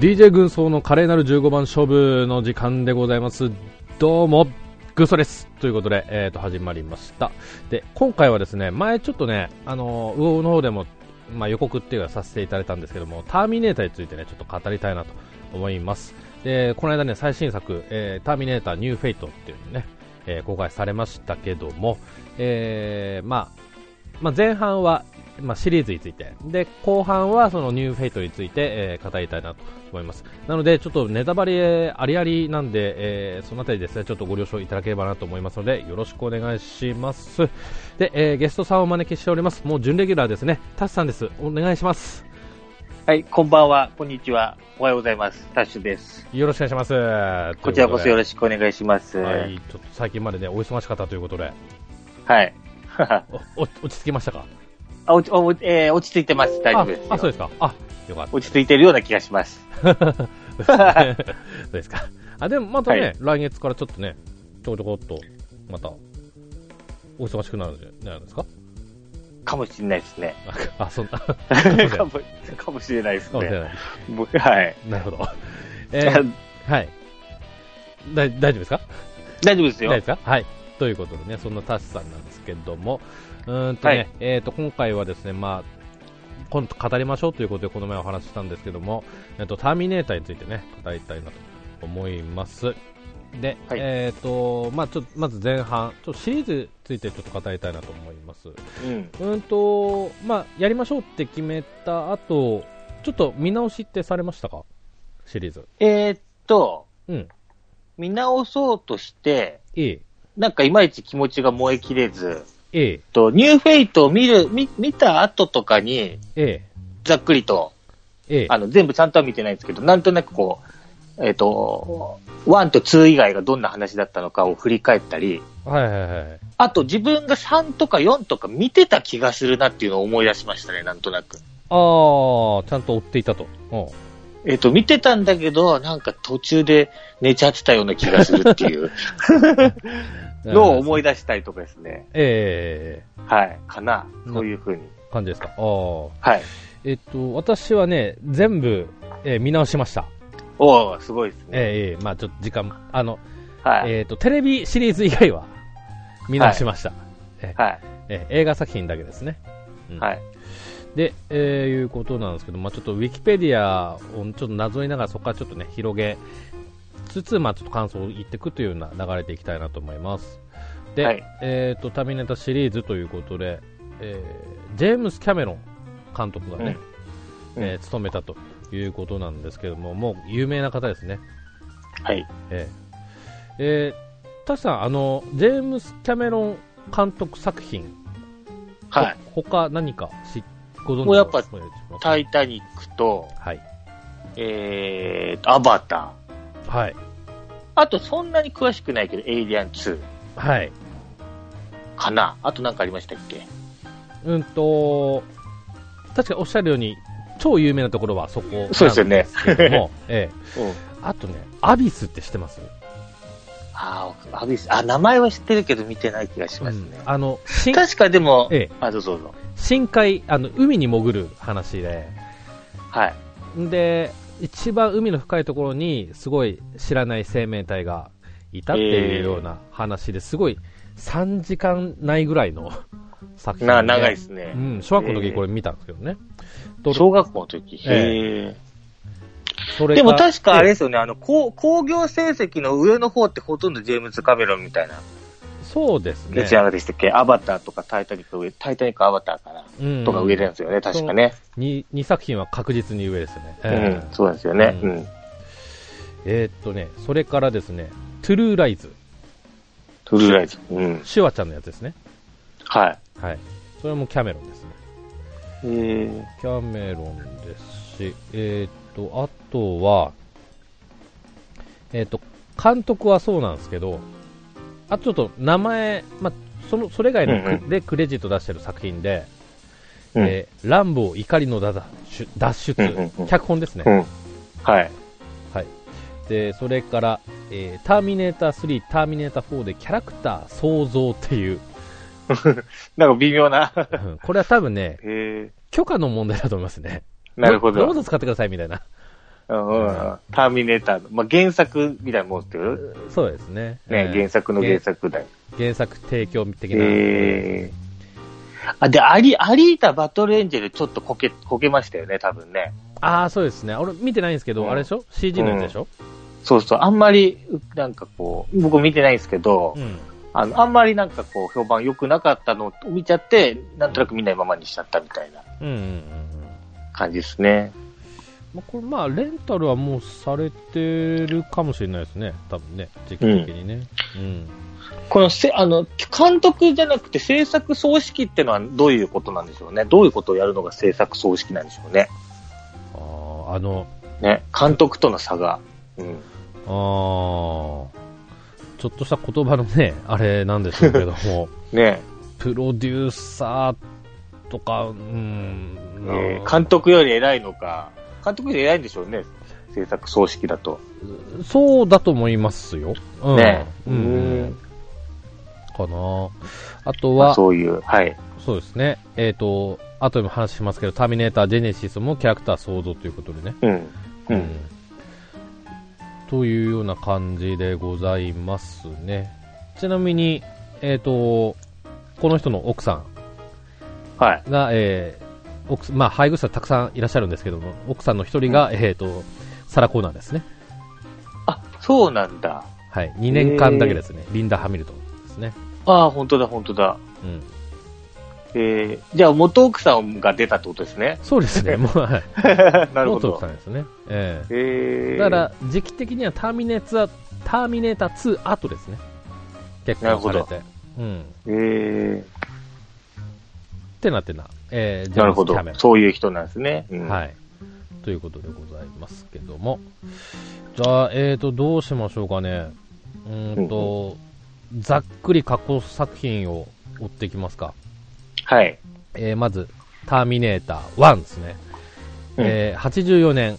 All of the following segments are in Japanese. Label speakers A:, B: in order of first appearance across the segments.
A: DJ 軍曹の華麗なる15番勝負の時間でございます。どうも、軍曹です。ということで、えっ、ー、と、始まりました。で、今回はですね、前ちょっとね、あの、魚の方でも、まあ、予告っていうかさせていただいたんですけども、ターミネーターについてね、ちょっと語りたいなと思います。で、この間ね、最新作、えー、ターミネーターニューフェイトっていうのね、えー、公開されましたけども、えー、まあ、まあ、前半は、まあ、シリーズについてで後半はそのニューフェイトについて、えー、語りたいなと思いますなのでちょっとネタバレありありなんで、えー、そのあたりですねちょっとご了承いただければなと思いますのでよろしくお願いしますで、えー、ゲストさんをお招きしておりますもう準レギュラーですねタシさんですお願いします
B: はいこんばんはこんにちはおはようございますタッシュです
A: よろしくお願いします
B: こちらこそよろしくお願いします
A: はいちょっと最近までねお忙しかったということで
B: はい
A: おお落ち着きましたか
B: あ、落ち、おえー、落ち着いてます。大丈夫です
A: あ。あ、そうですか。あ、よかった。
B: 落ち着いてるような気がし ます。
A: そうですか。あ、でもまたね、はい、来月からちょっとね、ちょこちょこっと、また、お忙しくなるんじゃないですか
B: かもしれないですね。
A: あ、そん な。
B: かもかもしれないですね。はい。
A: な るほど。えー、はい。だ大丈夫ですか
B: 大丈夫ですよ。
A: 大丈夫ですかはい。ということでね、そんなタシさんなんですけども、うんとね、はい、えっ、ー、と、今回はですね、まあ、今度語りましょうということで、この前お話ししたんですけども、えっ、ー、と、ターミネーターについてね、語りたいなと思います。で、はい、えっ、ー、と、まあ、ちょまず前半、ちょっとシリーズについてちょっと語りたいなと思います。うん、うんと、まあ、やりましょうって決めた後、ちょっと見直しってされましたかシリーズ。
B: えっと、
A: うん。
B: 見直そうとして、
A: いい
B: なんかいまいち気持ちが燃えきれず、
A: ええ
B: と、ニューフェイトを見る、見見た後とかに、
A: ええ、
B: ざっくりと、
A: ええ、
B: あの、全部ちゃんとは見てないんですけど、なんとなくこう、えっ、ー、と、1と2以外がどんな話だったのかを振り返ったり、
A: はいはいはい。
B: あと自分が3とか4とか見てた気がするなっていうのを思い出しましたね、なんとなく。
A: ああ、ちゃんと追っていたと。
B: えっ、ー、と、見てたんだけど、なんか途中で寝ちゃってたような気がするっていう のを思い出したりとかですね。
A: ええ
B: ー、はい。かな。そういうふうに。
A: 感じですか。あ
B: あ。はい。
A: えっ、ー、と、私はね、全部、えー、見直しました。
B: おおすごいですね。
A: ええまあちょっと時間、あの、
B: はい、
A: えっ、と、テレビシリーズ以外は見直しました。はい。
B: えー、はい、
A: え映画作品だけですね。
B: うん、はい。
A: で、えー、いうことなんですけど、まあ、ちょっとウィキペディアをちょっとなぞりながらそこからちょっとね、広げつつ、まあ、ちょっと感想を言っていくというような流れでいきたいなと思います。で、はい、えっ、ー、と、タミネタシリーズということで、えー、ジェームス・キャメロン監督がね、うん、えー、務めたということなんですけども、もう有名な方ですね。
B: はい。
A: えー、えー、タシさん、あの、ジェームス・キャメロン監督作品、
B: はい。
A: 他何か知って
B: もうやっぱ、タイタニックと、
A: はい、
B: えー、アバタ
A: ー。はい。
B: あと、そんなに詳しくないけど、エイリアン2。
A: はい。
B: かな。あと何かありましたっけ
A: うんと、確かおっしゃるように、超有名なところはそこ
B: そうですよね。
A: ええうん。あとね、アビスって知ってます
B: あアビス。あ、名前は知ってるけど見てない気がしますね。うん、
A: あの、
B: 確かでも、
A: ええ、
B: あ、どうぞどうぞ。
A: 深海、あの、海に潜る話で、
B: はい。
A: で、一番海の深いところに、すごい知らない生命体がいたっていうような話で、えー、すごい3時間ないぐらいの作品
B: な、長いですね。
A: うん、小学校の時これ見たんですけどね。
B: えー、小学校の時へえーでも確かあれですよね、あの、興行成績の上の方ってほとんどジェームズ・カメロンみたいな。
A: そうですね。
B: どちらでしたっけアバターとかタイタニック上、タイタニックアバターかな、うん、とか上なんですよね、確かね。
A: 2, 2作品は確実に上ですね。
B: うん、えー、そうですよね。うん、
A: えー、っとね、それからですね、トゥルーライズ。
B: トゥルーライズ。うん。
A: シュワちゃんのやつですね。
B: はい。
A: はい。それもキャメロンですね。
B: えー、
A: キャメロンですし、えー、っと、あとは、えっ、ー、と、監督はそうなんですけど、あちょっと名前、まあ、そのそれ以外の、うんうん、でクレジット出してる作品で、うん、えー、ランボー怒りの脱出、うんうんうん、脚本ですね、うん、
B: はい、
A: はい、でそれから、えー、ターミネーター3、ターミネーター4でキャラクター創造っていう、
B: なんか微妙な
A: うん、これは多分ね、許可の問題だと思いますね、
B: なるほど
A: どうぞ使ってくださいみたいな。
B: うんうんうんターミネーターの、まあ、原作みたいなもんってる
A: そうですね。
B: ね、原作の原作だよ。
A: 原作提供的な。
B: えー、あ、で、アリ、アリータバトルエンジェルちょっとこけ、こけましたよね、多分ね。
A: ああ、そうですね。俺見てないんですけど、
B: うん
A: あれでしょ ?CG のやつでしょ、
B: そうそう、あんまり、うなんかこう、僕見てないんですけど、
A: うん
B: あの、あんまりなんかこう、評判良くなかったのを見ちゃって、なんとなく見ないままにしちゃったみたいな
A: うんうんうん
B: 感じですね。
A: まあ、これまあレンタルはもうされてるかもしれないですね、多分ね、時期的にね。うん
B: このせ、あの、監督じゃなくて制作総指揮ってのはどういうことなんでしょうね。どういうことをやるのが制作総指揮なんでしょうね。
A: あーあの
B: ね、監督との差が。うん。
A: あーちょっとした言葉のね、あれなんでしょうけど も、
B: ね、
A: プロデューサーとか、うん、
B: えー
A: あ
B: 監督より偉いのか、監督より偉いんでしょうね。制作総指揮だと。
A: ーそうだと思いますよ。うん、
B: ね
A: う
B: うんん、
A: かなあと
B: まあ
A: は、
B: そういう、はい。
A: そうですね、えっ、と、後でも話しますけど、ターミネーター、ジェネシスもキャラクター創造ということでね。
B: うん。う。
A: うんんというような感じでございますね。ちなみに、えっ、と、この人の奥さ
B: はい。
A: んが、えー奥まあ、配偶者たくさんいらっしゃるんですけども、奥さんの一人が、えっ、と、サラ・コーナーですね。
B: あ、そうなんだ。
A: はい。2年間だけですね。リンダ・ハミルトンですね。
B: ああ、本当だ、本当だ。
A: うん。。
B: えー、じゃあ元奥さんが出たってことですね
A: そうですね。もう、はい。
B: なるほ
A: 元
B: ど
A: 奥さ。んですね。ええ
B: えー、
A: だから、時期的にはターミネーター、ターミネーター2後ですね。結婚されて。うん。
B: えー、
A: ってなってな、えー、ジ
B: な
A: ェ
B: る
A: ム
B: ほ
A: ス・キ
B: ど
A: ャメ。ロ
B: そういう人なんですね。うん
A: ン。はい。ということでございますけども。じゃあ、えーと、どうしましょうかね。うーんと、ざっくり過去作品を追っていきますか。
B: はい。
A: えー、まず、ターミネーター1ですね。
B: うん
A: えー、84年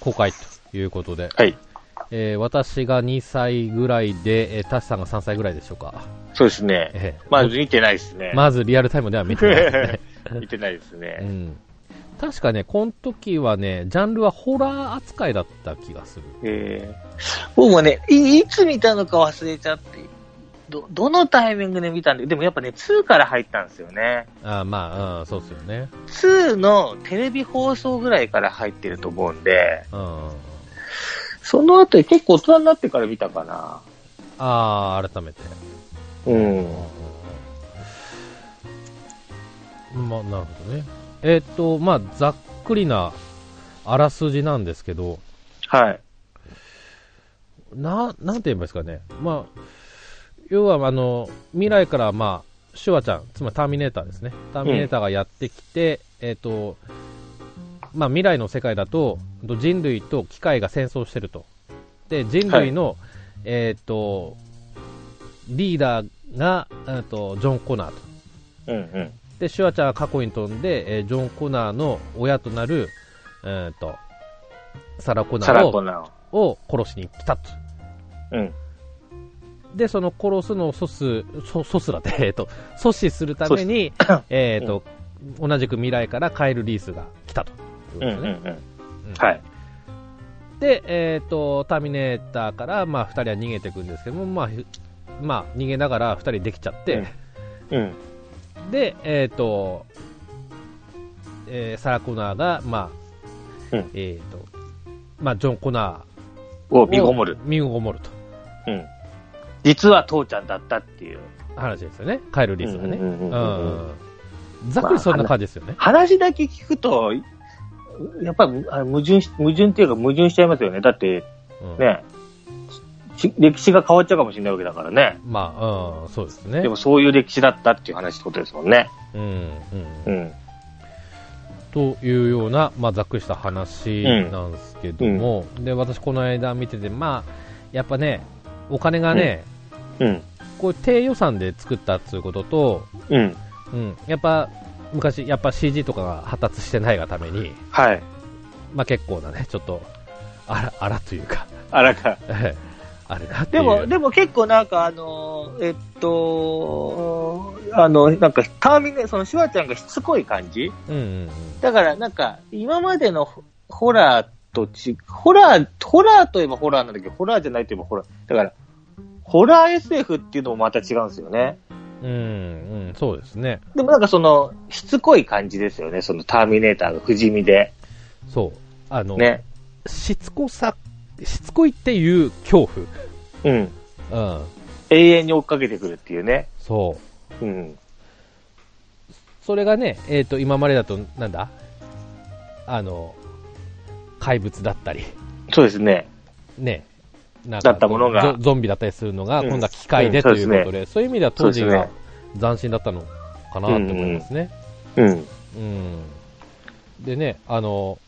A: 公開ということで、
B: はい。
A: えー、私が2歳ぐらいで、えー、タシさんが3歳ぐらいでしょうか。
B: そうですね。
A: えー
B: まあ、見てないですね。
A: まずリアルタイムでは 見てないですね。
B: 見てないです
A: う
B: ね。
A: ん、確かね、この時はね、ジャンルはホラー扱いだった気がする。
B: えー、僕はねい、いつ見たのか忘れちゃって、ど、どのタイミングで見たんで、でもやっぱね、2から入ったんですよね。
A: あーまあ、うん、そうっすよね。
B: 2のテレビ放送ぐらいから入ってると思うんで、
A: うん。
B: その後結構大人になってから見たかな。
A: ああ、改めて。
B: うん。
A: うんまあ、なるほどね。えーっと、まあ、ざっくりなあらすじなんですけど、
B: はい。
A: な、なんて言えばいいですかね。まあ、要は、あの、未来から、まあ、シュワちゃん、つまりターミネーターですね。ターミネーターがやってきて、えっ、と、まあ、未来の世界だと、と人類と機械が戦争してると。で、人類の、えっ、と、リーダーが、えーと、ジョン・コナーと。
B: うんうん。
A: で、シュワちゃんは過去に飛んで、えージョン・コナーの親となる、えっ、と、サラ・コナ
B: サラ
A: ー
B: コ
A: を
B: ナを。
A: を殺しに来たと。
B: うん。
A: で、その殺すのを阻止、そ阻止だって、え っと、阻止するために、えっと、同じく未来からカエル・リースが来たと。
B: うんうんうん。
A: うん
B: はい。
A: で、えっ、と、ターミネーターから、まあ、二人は逃げていくんですけども、まあ、ひまあ、逃げながら二人できちゃって、
B: うん。
A: で、えっ、と、えーサラ・コナーが、まあ、
B: うん
A: えっ、と、まあ、ジョン・コナー
B: を
A: を
B: 見ごもる。。
A: 見ごもると。
B: うん。実は父ちゃんだったっていう。
A: 話ですよね。カエル・リースがね。
B: うんうんうんうん
A: うんざっくりそんな感じですよね。
B: 話だけ聞くと、やっぱりあの矛盾し、矛盾っていうか矛盾しちゃいますよね。だって、
A: うん
B: ね、し歴史が変わっちゃうかもしれないわけだからね。
A: まあ、うん、そうですね。
B: でもそういう歴史だったっていう話ってことですもんね。
A: うん、うん。
B: うん。
A: というような、まあ、ざっくりした話なんですけども、で、私この間見てて、まあ、やっぱね、お金がね、
B: うん。
A: こう低予算で作ったっていうことと、
B: うん。
A: うん、やっぱ、昔、やっぱ CG とかが発達してないがために、
B: はい。
A: まあ結構なね、ちょっと、あら、あらというか、
B: あらか。
A: ええあれだってい
B: で
A: う。
B: も、でも結構なんかあの、えっと、あの、なんかターミネ、そのシュワちゃんがしつこい感じ
A: うんうんうん。
B: だからなんか、今までのホホラーとち、ホラー、ホラーといえばホラーなんだけど、ホラーじゃないといえばホラー。だから、ホラー SF っていうのもまた違うんですよね。
A: うん、うん、そうですね。
B: でもなんかその、しつこい感じですよね、そのターミネーターが不死身で。
A: そう。あの、
B: ね。
A: しつこさ、しつこいっていう恐
B: うん。
A: 怖。うん。
B: 永遠に追っかけてくるっていうね。
A: そう。
B: うん。
A: それがね、えっ、と、今までだと、なんだあの、怪物だったり、
B: そうですね。
A: ね。なんか
B: だったものが
A: ゾゾンビだったりするのが、
B: うん
A: 今度は機械で
B: うん
A: と
B: そうで
A: いう
B: す
A: こ
B: ね
A: とで、そういう意味では当時
B: そう
A: が
B: です
A: 斬新だったのかなと思いますね。
B: うん。
A: うん。でね、あの、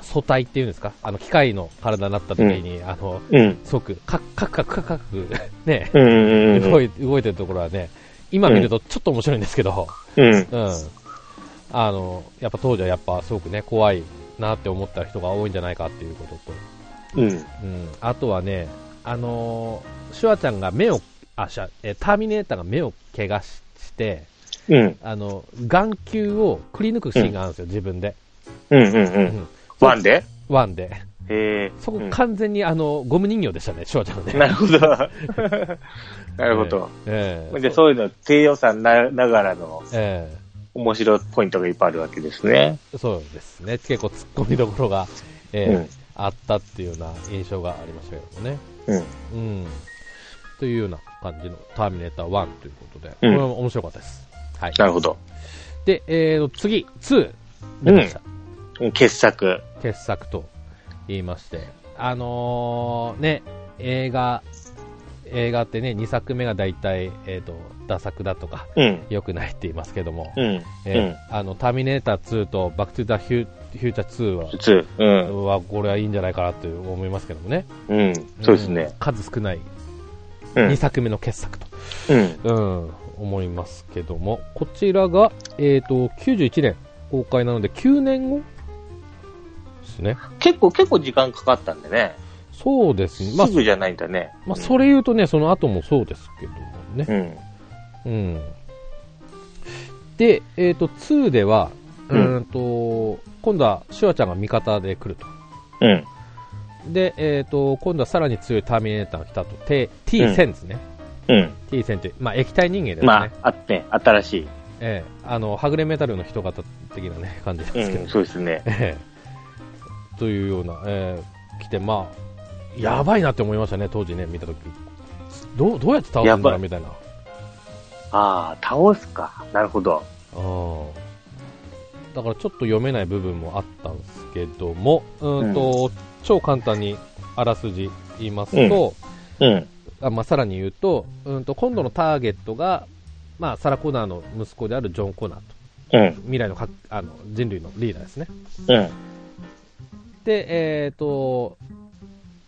A: 素体っていうんですかあの、機械の体になった時に、あの、
B: うん。
A: 即、カクカクカクカクカク、ね、
B: うんうんうん。
A: 動い動いてるところはね、今見るとちょっと面白いんですけど、
B: うん。
A: うん、あのやっぱ当時はやっぱすごくね怖いなって思った人が多いんじゃないかっていうことと、
B: うん。
A: うん、あとはね、あのーシュワちゃんが目をあシュワえーターミネーターが目を怪我しして
B: うん。
A: あの眼球をくり抜くシーンがあるんですよ、自分で、
B: うんうんう。
A: うんん
B: ワンで
A: ワンで
B: へえ。
A: そこ
B: うん
A: 完全にあのゴム人形でしたね、シュワちゃんはね。
B: なるほど。 なるほど。
A: ええ
B: で、そういうの、低予算なながらの
A: え
B: 面白いポイントがいっぱいあるわけですね。
A: えそうですね、結構突っ込みどころが、ええ
B: うん
A: あったっていうような印象がありましたけどもね。
B: うん。
A: うん。というような感じのターミネーター1ということで、こ
B: うん
A: れも面白かったです。はい。
B: なるほど。
A: で、えーと、次、2見ました。
B: うん傑作。
A: 傑作と言いまして、あのー、ね、映画、映画ってね、2作目が大体、えーと、打作だとか、
B: うん。
A: 良くないって言いますけども、
B: うん。
A: えーあの、ターミネーター2とバックトゥザフューフューチャー2は
B: 普、通。うん。
A: は、これはいいんじゃないかなと思いますけどもね。
B: うん。そうです
A: ん
B: ね。
A: 数少ない
B: うん
A: 2。作目の傑作と
B: うん。
A: うん、思いますけども、こちらが、えー、と91年公開なので、9年後ですね。
B: 結構、結構時間かかったんでね。
A: そうですね。ますあ、
B: ぐじゃないんだね。
A: まあ、それ言うとね、その後もそうですけどもね。
B: うん。
A: うん。で、えっ、と、2では、う
B: うん
A: ーんと、今度はシュワちゃんが味方で来ると。
B: うん。
A: で、えっ、と、今度はさらに強いターミネーターが来たと。T- T1000 ですね。
B: うん。
A: T1000 という、まあ、液体人間ですね。
B: まあ、あって、新しい。
A: ええあの、はぐれメタルの人型的なね、感じなんですけど
B: うん。そうですね。
A: ええというような、ええ来て、まあ、やばいなって思いましたね、当時ね、見たとき。どうどうやって倒すんだ
B: やば
A: ろう
B: い
A: みたいな。
B: ああ、倒すか。なるほど。
A: うんだからちょっと読めない部分もあったんですけども、うーんと超簡単にあらすじ言いますと、
B: うん。
A: あまあ、さらに言うとうーんと今度のターゲットが、まあ、サラ・コナーの息子であるジョン・コナーと
B: うん。
A: 未来のかあの人類のリーダーですね。
B: うん。
A: で、えーと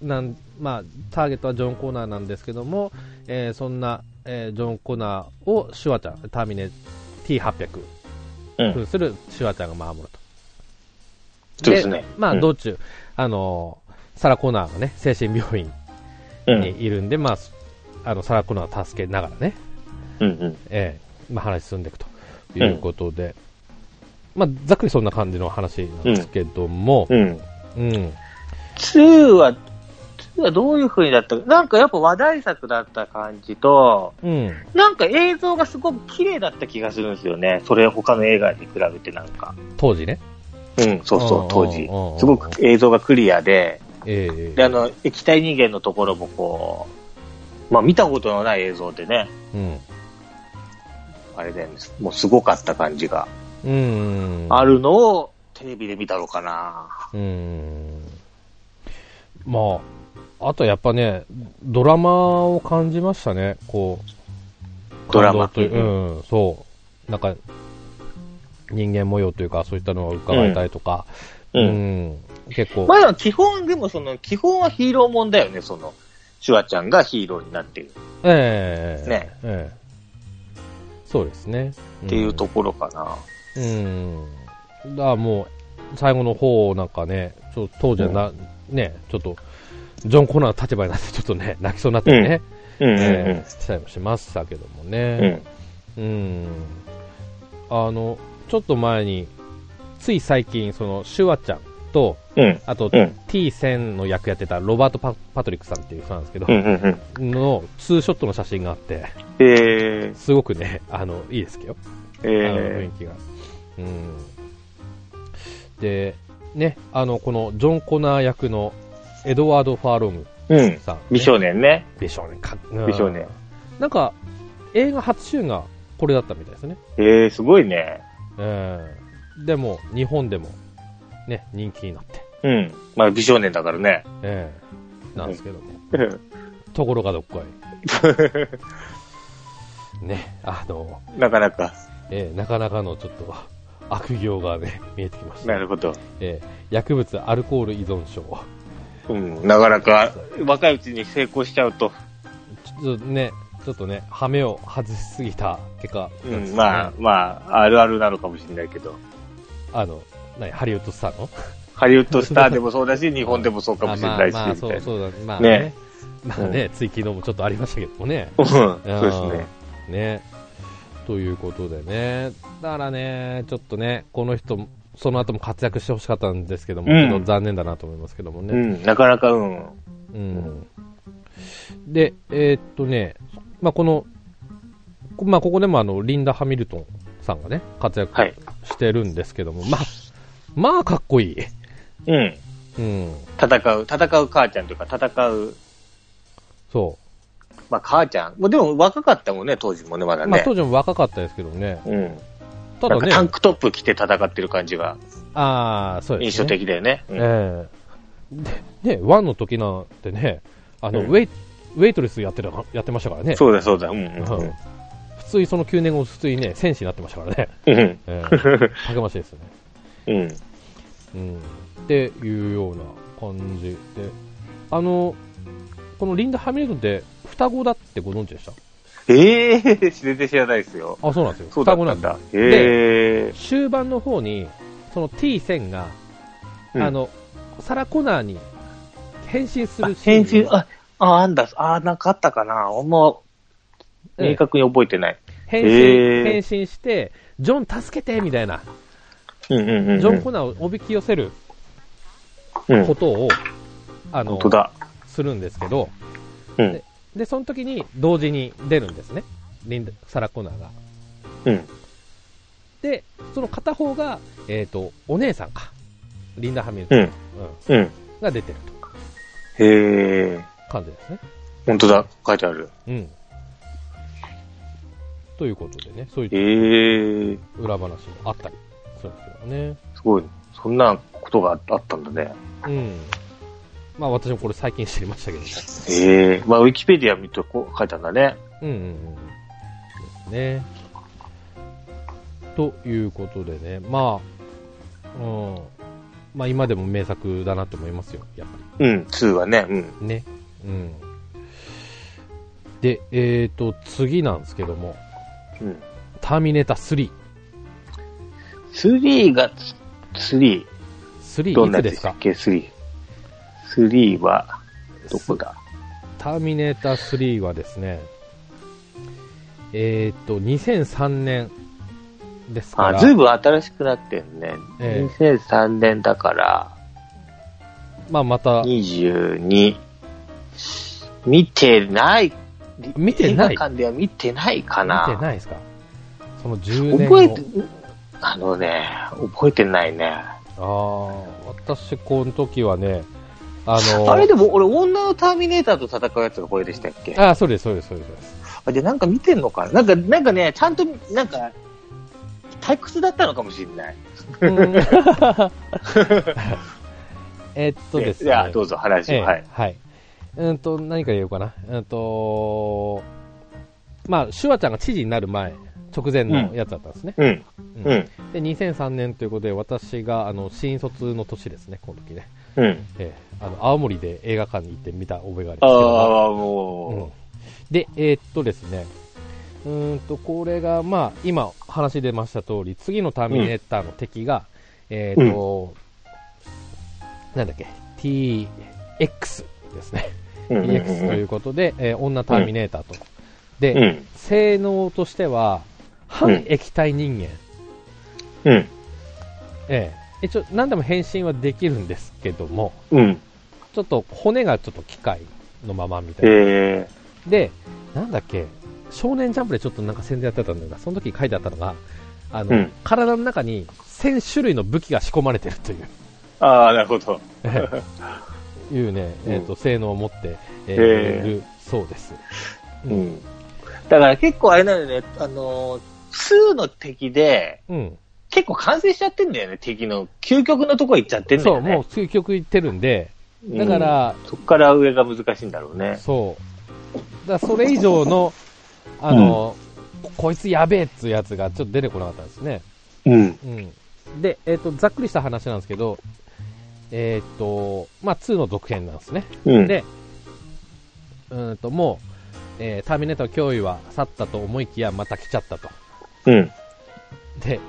A: なんまあ、ターゲットはジョン・コナーなんですけども、えーそんな、えージョン・コナーをシュワちゃん、ターミネ T800
B: う
A: 扮
B: ん。
A: するシュワちゃんが守ると。
B: そうですね。
A: まあ、
B: うん
A: 道中、あのサラ・コナーがね、精神病院
B: うん。
A: にいるんで、まあ、あのサラ・コナーを助けながらね、
B: うん。うん。
A: ええまあ、話進んでいくということで、まあ、ざっくりそんな感じの話なんですけども、
B: うん。
A: うん、
B: 2は、2はどういう風にだったなんかやっぱ話題作だった感じと、
A: うん、
B: なんか映像がすごく綺麗だった気がするんですよね。それ他の映画に比べてなんか。
A: 当時ね。
B: うん、そう
A: うんうんうんう
B: そ
A: ん
B: う、当時。すごく映像がクリアで、
A: ええ
B: で、あの、液体人間のところもこう、まあ見たことのない映像でね、
A: うん。
B: あれで、もうすごかった感じが
A: うん。
B: あ。るのをテレビで見たのかな。
A: うん。まあ、あとやっぱね、ドラマを感じましたね、こう。
B: ドラマ
A: 感動という、うん、そう。なんか、人間模様というか、そういったのを伺いたいとか、う、
B: うんん
A: 結構、
B: まあでも基本、でもその、基本はヒーローもんだよね、その、シュワちゃんがヒーローになっているっ
A: ええ
B: ね
A: ええそうですね。って
B: いうところかな。
A: うん。だからもう、最後の方なんかね、ちょ当時はな、ね、ちょっと、ジョン・コナーの立場になって、ちょっとね、泣きそうになったりね、
B: うんうん
A: えーしたりもしましたけども
B: うん。う
A: ね。
B: ん。
A: うん。あの、ちょっと前に、つい最近、その、シュワちゃん、と、
B: うん。
A: あと、
B: うん
A: T1000 の役やってたロバートパ・パトリックさんっていう人なんですけど、
B: うんうんうん。
A: のツーショットの写真があって、
B: えー、
A: すごくね、あの、いいですけど、あの雰囲
B: え
A: 気が。うん。で、ね、あの、このジョン・コナー役のエドワード・ファーロム
B: ー、うん。
A: さん、ね。
B: 美少年ね。
A: 美少年か、うん
B: 美少年。
A: なんか、映画初主演がこれだったみたいですね。
B: えー、すごいね。
A: うん。でも、日本でも、ね、人気になって、
B: うん。まあ、美少年だからね。
A: ええなんですけども。ところがどっ こい。ね、あの、
B: なかなか。
A: えーなかなかのちょっと悪行がね、見えてきました、
B: なるほど。
A: えー薬物アルコール依存症。
B: うん。なかなか、若いうちに成功しちゃうと。
A: ちょっとね、ちょっとね、ハメを外しすぎた結果
B: う
A: なんです
B: ん。
A: ね
B: まあ、まあ、あるあるなのかもしれないけど。
A: あの、何、ハリウッドスターの
B: ハリウッドスターでもそうだし、日本でもそうかもしれないし、
A: あまあまあ、
B: みたい
A: そう
B: な。
A: そうだ、まあね。
B: ね
A: まあね、追記のもちょっとありましたけどもね。
B: うんそうですね。
A: すね。ね。ということでね。だからね、ちょっとね、この人も、その後も活躍してほしかったんですけども、
B: うん
A: ちょっと残念だなと思いますけどもね。
B: うん、なかなか、うん。
A: うんで、えーっとね、まあ、この、こまあ、ここでもあのリンダ・ハミルトンさんがね、活躍
B: はい
A: してるんですけども、まあ、まあ、かっこいい。
B: うん。
A: うん、
B: 戦う、戦う母ちゃんというか、戦う、
A: そ
B: まあ母ちゃん。もうでも若かったもんね、当時もね、まだ
A: う。まあ、
B: ね。
A: 当時も若かったですけどね。
B: うん。
A: ただ
B: なんかタン
A: ね、
B: クトップ着て戦ってる感じが
A: ああ、そうで
B: 印
A: す
B: 象
A: ね。
B: 的だよね。うん
A: ええで、ね、ワンの時なんてね、あの、
B: うん
A: ウェイ、ウェイトレスやってたか、やってましたからね。
B: そうだそうだ。うんう
A: うん
B: んうん
A: 普通にその9年後、普通にね、戦士になってましたからね。
B: うん。
A: え えたくましいですよね。
B: うん。
A: うん、っていうような感じで、あの、このリンダ・ハミルトンって双子だってご存知でした
B: ええー、全然知らないですよ。
A: あ、そうなんですよ。
B: そうだ
A: 双
B: っ
A: 子な
B: た
A: んんだ
B: だ。。ええ
A: 終盤の方に、その T 線が、
B: うん
A: あの、サラ・コナーに変身す
B: あ
A: るシーン
B: 編集、あ、あ、あんだ、あ、なんかあったかな。あんま、
A: ええ
B: 明確に覚えてない。
A: 変身、
B: へー
A: 変身して、ジョン助けてみたいな、
B: うんうんうん。
A: ジョン・コナーをおびき寄せる
B: うん
A: ことを、あの
B: 本当、だ。
A: するんですけど、
B: うん。
A: で、その時に同時に出るんですね。リンダ・サラ・コナーが。
B: うん。
A: で、その片方が、えっ、と、お姉さんか。リンダ・ハミルト
B: う
A: ン、
B: ん。うん。
A: うんが出てると
B: へえ。
A: 感じですね。
B: 本当だ。書いてある。
A: うん。ということでね、そういう
B: へえ。
A: 裏話もあったりするんですけどね。
B: すごい。そんなことがあったんだね。
A: うん。まあ私もこれ最近知りましたけど。
B: ええまあ、ウィキペディア見てこう書いたんだね。
A: うんうんうん。ですね。ということでね、まあ、うん。まあ今でも名作だなと思いますよ、やっぱり。
B: うん、2はね。うん。
A: ね。うん。で、えっ、ー、と、次なんですけども、
B: うん。
A: ターミネーター3。
B: 3が、3。ど
A: 3
B: ん
A: い
B: な
A: つで
B: やつですした
A: か
B: っけ ?3。3は、どこだ
A: ターミネーター3はですね、えっ、ー、と、2003年ですか
B: あ、
A: ら、
B: ずいぶん新しくなってんね。
A: え
B: 2003年だから、
A: まあまた、
B: 22。見てない。
A: 見てない
B: 映画館では見てないかな。
A: 見てないですかその10年
B: 覚え
A: 後
B: て。、あのね、覚えてないね。
A: ああ、私、この時はね、あのー、
B: あれでも俺、女のターミネーターと戦うやつがこれでしたっけ
A: あーそうです、そうです、そうですそう です。
B: あ、じゃあなんか見てんのかななんか、なんかね、ちゃんと、なんか、退屈だったのかもしれない。
A: うん えっとです
B: い
A: ね。
B: や、どうぞ話を、
A: ええ
B: はい。
A: はい。うんと、何から言おうかな。うんと、まあ、シュワちゃんが知事になる前、直前のやつだったんですね。
B: うん、
A: う
B: うん、
A: で、2003年ということで、私が、あの、新卒の年ですね、この時ね。
B: うん。
A: ええあの、青森で映画館に行って見た覚えがあり
B: あ
A: ますけども
B: あ、
A: うん
B: も、
A: で、えーっとですね、うーんと、これが、まあ、今、話出ました通り、次のターミネーターの敵が、えーっと、なんだっけ、TX ですね。
B: う、うん、うん、
A: TX ということで、えー女ターミネーターと。
B: う
A: で、
B: ん、
A: 性能としては、反液体人間、
B: うん、
A: ええ一応何でも変身はできるんですけども、
B: うん。
A: ちょっと骨がちょっと機械のままみたいな。
B: え
A: で、なんだっけ、少年ジャンプでちょっとなんか宣伝やってたんだよな、その時書いてあったのが、あの、
B: うん
A: 体の中に1000種類の武器が仕込まれてると いう。
B: ー、ああ、なるほど。
A: いうね、
B: うん
A: えーと性能を持って、えー
B: へー
A: いるそうです。
B: うん。だから結構あれなんだよね、あのー、2の敵で、
A: うん、
B: 結構完成しちゃってんだよね、敵の。究極のとこ行っちゃってんだ
A: そう、
B: よね。
A: もう究極いってるんで、
B: うん
A: だから、
B: そこから上が難しいんだろうね。
A: そう、だからそれ以上の、あの、ここいつやべえっつうやつがちょっと出てこなかったんですね。
B: うん。
A: うん、で、えーと、ざっくりした話なんですけど、えっ、と、まあ、2の続編なんですね。
B: うん。
A: で、うーんと、もう、えーターミネーターの脅威は去ったと思いきや、また来ちゃったと。
B: うん。
A: で、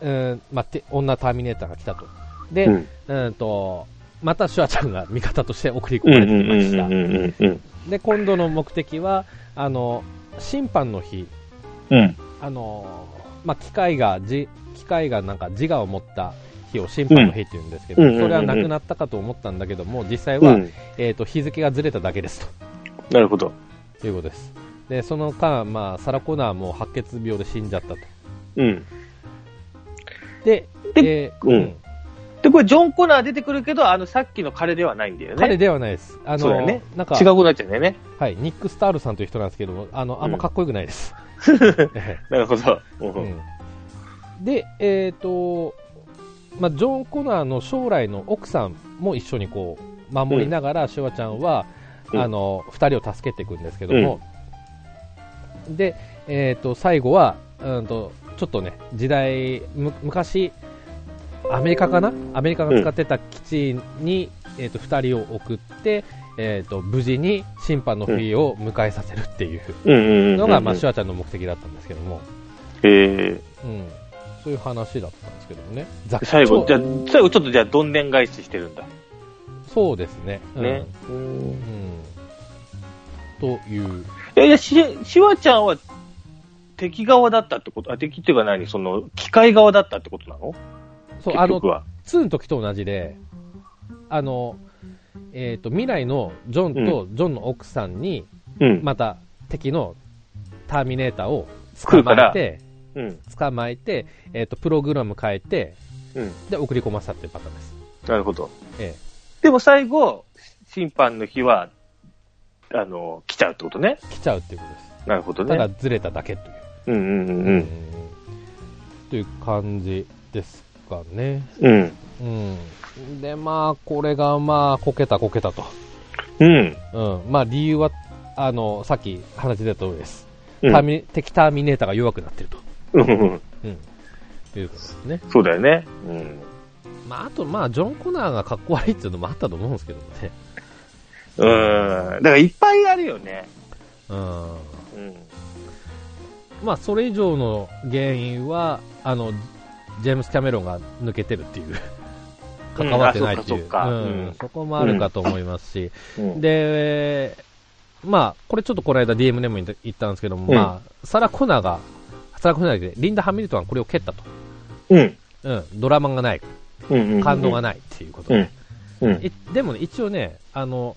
A: うーん、まあ、て女ターミネーターが来たと。で、
B: う
A: うん
B: ん。、
A: んと、またシュワちゃんが味方として送り込
B: うん。
A: ま
B: う
A: れて
B: ん。
A: きま
B: う
A: し
B: ん。
A: た。
B: うん。うん。
A: で、今度の目的は、あの、審判の日、
B: うん。
A: あの、まあ、機械が、じ、機械がなんか自我を持った日を審判の日って言うんですけど、
B: うんうんうんうん
A: それはなくなったかと思ったんだけども、実際
B: う
A: は、
B: ん。
A: えっ、と、日付がずれただけですと。
B: なるほど。
A: ということです。で、その間、まあ、サラコナーも白血病で死んじゃったと。
B: うん。
A: で、
B: で
A: えー
B: うんで、これ、ジョン・コナー出てくるけど、あの、さっきの彼ではないんだよね。
A: 彼ではないです。あ
B: そうだ
A: の、
B: よね
A: なんか
B: 違う子になっちゃうんだよね。
A: はい、ニック・スタールさんという人なんですけども、あの、あんまかっこよくないです。 え
B: なるほど。う。
A: えうんんで、えっ、と、まあ、ジョン・コナーの将来の奥さんも一緒にこう、守りながら、シュワちゃんは、
B: うん
A: あの、二人を助けていくんですけども、で、えっ、と、最後は、うんと、ちょっとね、時代、む昔、アメリカかなアメリカが使ってた基地に、えっ、と、二人を送って、えっ、と、無事に審判の日を迎えさせるっていう
B: うん。うん。
A: のが、まあ、シュ
B: ょ。
A: ワちゃんの目的だったんですけども、
B: え
A: うん、そういう話だったんですけどもね、ざっ
B: ー、最後、
A: そ
B: じゃ
A: う
B: あ最後、ちょっとじゃあ、どんでん返ししてるんだ。
A: そうですね、うん
B: ね。う。
A: うんん、という、
B: え、じゃあし、シワちゃんは、敵側だったってことあ、敵っていうか何その、機械側だったってことなの
A: そうあの
B: 結局は。
A: 2の時と同じで、あのえー、と未来のジョンとジョンの奥さんに、
B: うん。
A: また敵のターミネーターを
B: 食
A: 捕
B: うか
A: ま
B: ら
A: えて、
B: うん。
A: 捕まえて、えー、とプログラム変えて、
B: うん。
A: で送り込ませたっていうパターンです。
B: なるほど。
A: え
B: でも最後、審判の日は、あの、来ちゃうってことね
A: え。来ちゃうっていうことです。
B: なるほど
A: ただ
B: ね。
A: ずれただけという。
B: うんうんう
A: うんという感じですかね。
B: うん。うん。
A: うん。で、まあ、これが、まあ、こけたこけたと。
B: うん。
A: うん。まあ、理由は、あの、さっき話出た通りです。
B: う
A: ター
B: ん
A: ミ敵ターミネーターが弱くなってると。
B: うんうん。
A: うん。ということですね。
B: そうだよね。うん。
A: まあ、あと、まあ、ジョン・コナーがかっこ悪いっていうのもあったと思うんですけどもね。
B: うん。だからいっぱいあるよね。
A: うん。
B: うん。
A: まあ、それ以上の原因は、あの、ジェームス・キャメロンが抜けてるって いう。関わってないっていう。
B: うんあそっかそっか
A: うん
B: うん
A: そこもあるかと思いますし。
B: うん、
A: で、まあ、これちょっとこの間 DM でも言ったんですけども、
B: うん
A: まあ、サラ・コナーが、サラ・コナーで、リンダ・ハミルトンがこれを蹴ったと。
B: うん。
A: うん、ドラマがない、
B: うん。
A: 感動が
B: な
A: な
B: い。
A: いっていうこと
B: う
A: で
B: ん。うん。
A: いでもね、一応ね、あの、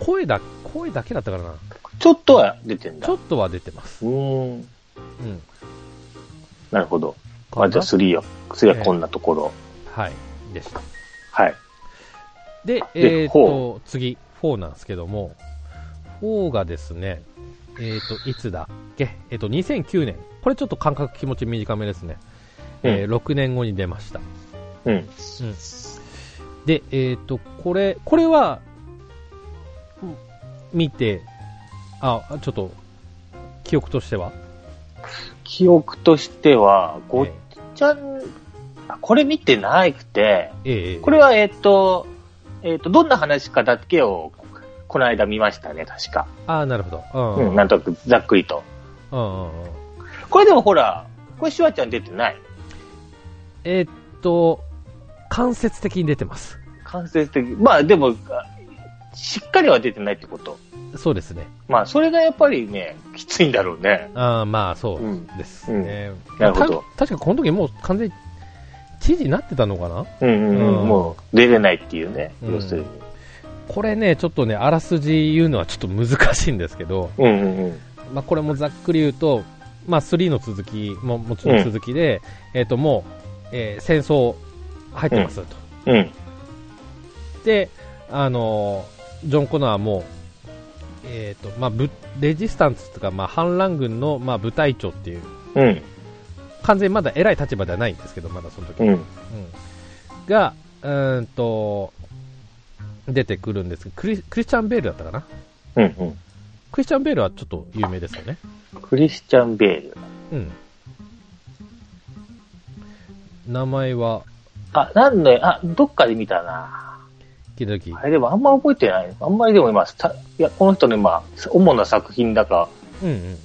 A: 声だ、声だけだったからな。
B: ちょっとは出てんだ。
A: ちょっとは出てます。
B: う
A: う
B: ん。
A: ん。
B: なるほど。まあ、じゃあ
A: か
B: 3よ。3はこんなところ。
A: なはい。でした。
B: はい。
A: で、
B: で
A: えっ、と、次、4なんですけども、4がですね、えっ、と、いつだっけえっ、と、2009年。これちょっと感覚気持ち短めですね。えー6年後に出ました。
B: うん。
A: で、えっ、と、これ、これは、見て、あ、ちょっと、記憶としては、
B: 記憶としては、ごっ
A: え
B: ちゃん、あこれ見てなくて、
A: ーえー
B: これは、えっ、と、えっ、と、どんな話かだけを、この間見ましたね、確か。
A: あーなるほど。う。
B: うんん、なんとなく、ざっくりと。
A: うんうんうん
B: これでもほら、これシュワちゃん出てない。
A: えっ、と、間接的に出てます。
B: 間接的。まあ、でも、あしっかりは出てないってこと。
A: そうですね。
B: まあ、それがやっぱりね、きついんだろうね。
A: あーまあ、そう
B: うん。
A: ですね。
B: なるほど
A: た確かこの時もう完全に知事になってたのかな
B: うんうん、
A: う
B: うんん、もう出れないっていうね、
A: うん
B: 要するに。
A: これね、ちょっとね、あらすじ言うのはちょっと難しいんですけど、
B: うんうんうん。
A: まあ、これもざっくり言うと、まあ、3の続きももちろん続きで、えっともう、えー戦争入ってますと、
B: うん
A: であのージョン・コナーはもう、えっとまあ、ぶレジスタンスとか、まあ、反乱軍の、まあ、部隊長っていう
B: うん
A: 完全にまだ偉い立場ではないんですけどまだその時、
B: うん
A: うんがうーんと出てくるんですけどクリクリスチャン・ベールだったかな
B: うんうん。
A: クリスチャン・ベールはちょっと有名ですよね
B: クリスチャン・ベール。
A: うん名前は
B: あ、なんで、あ、どっかで見たな。
A: 時々、
B: あれでもあんま覚えてない。あんまりでも今、さいや、この人の今、主な作品だか
A: うんうんうん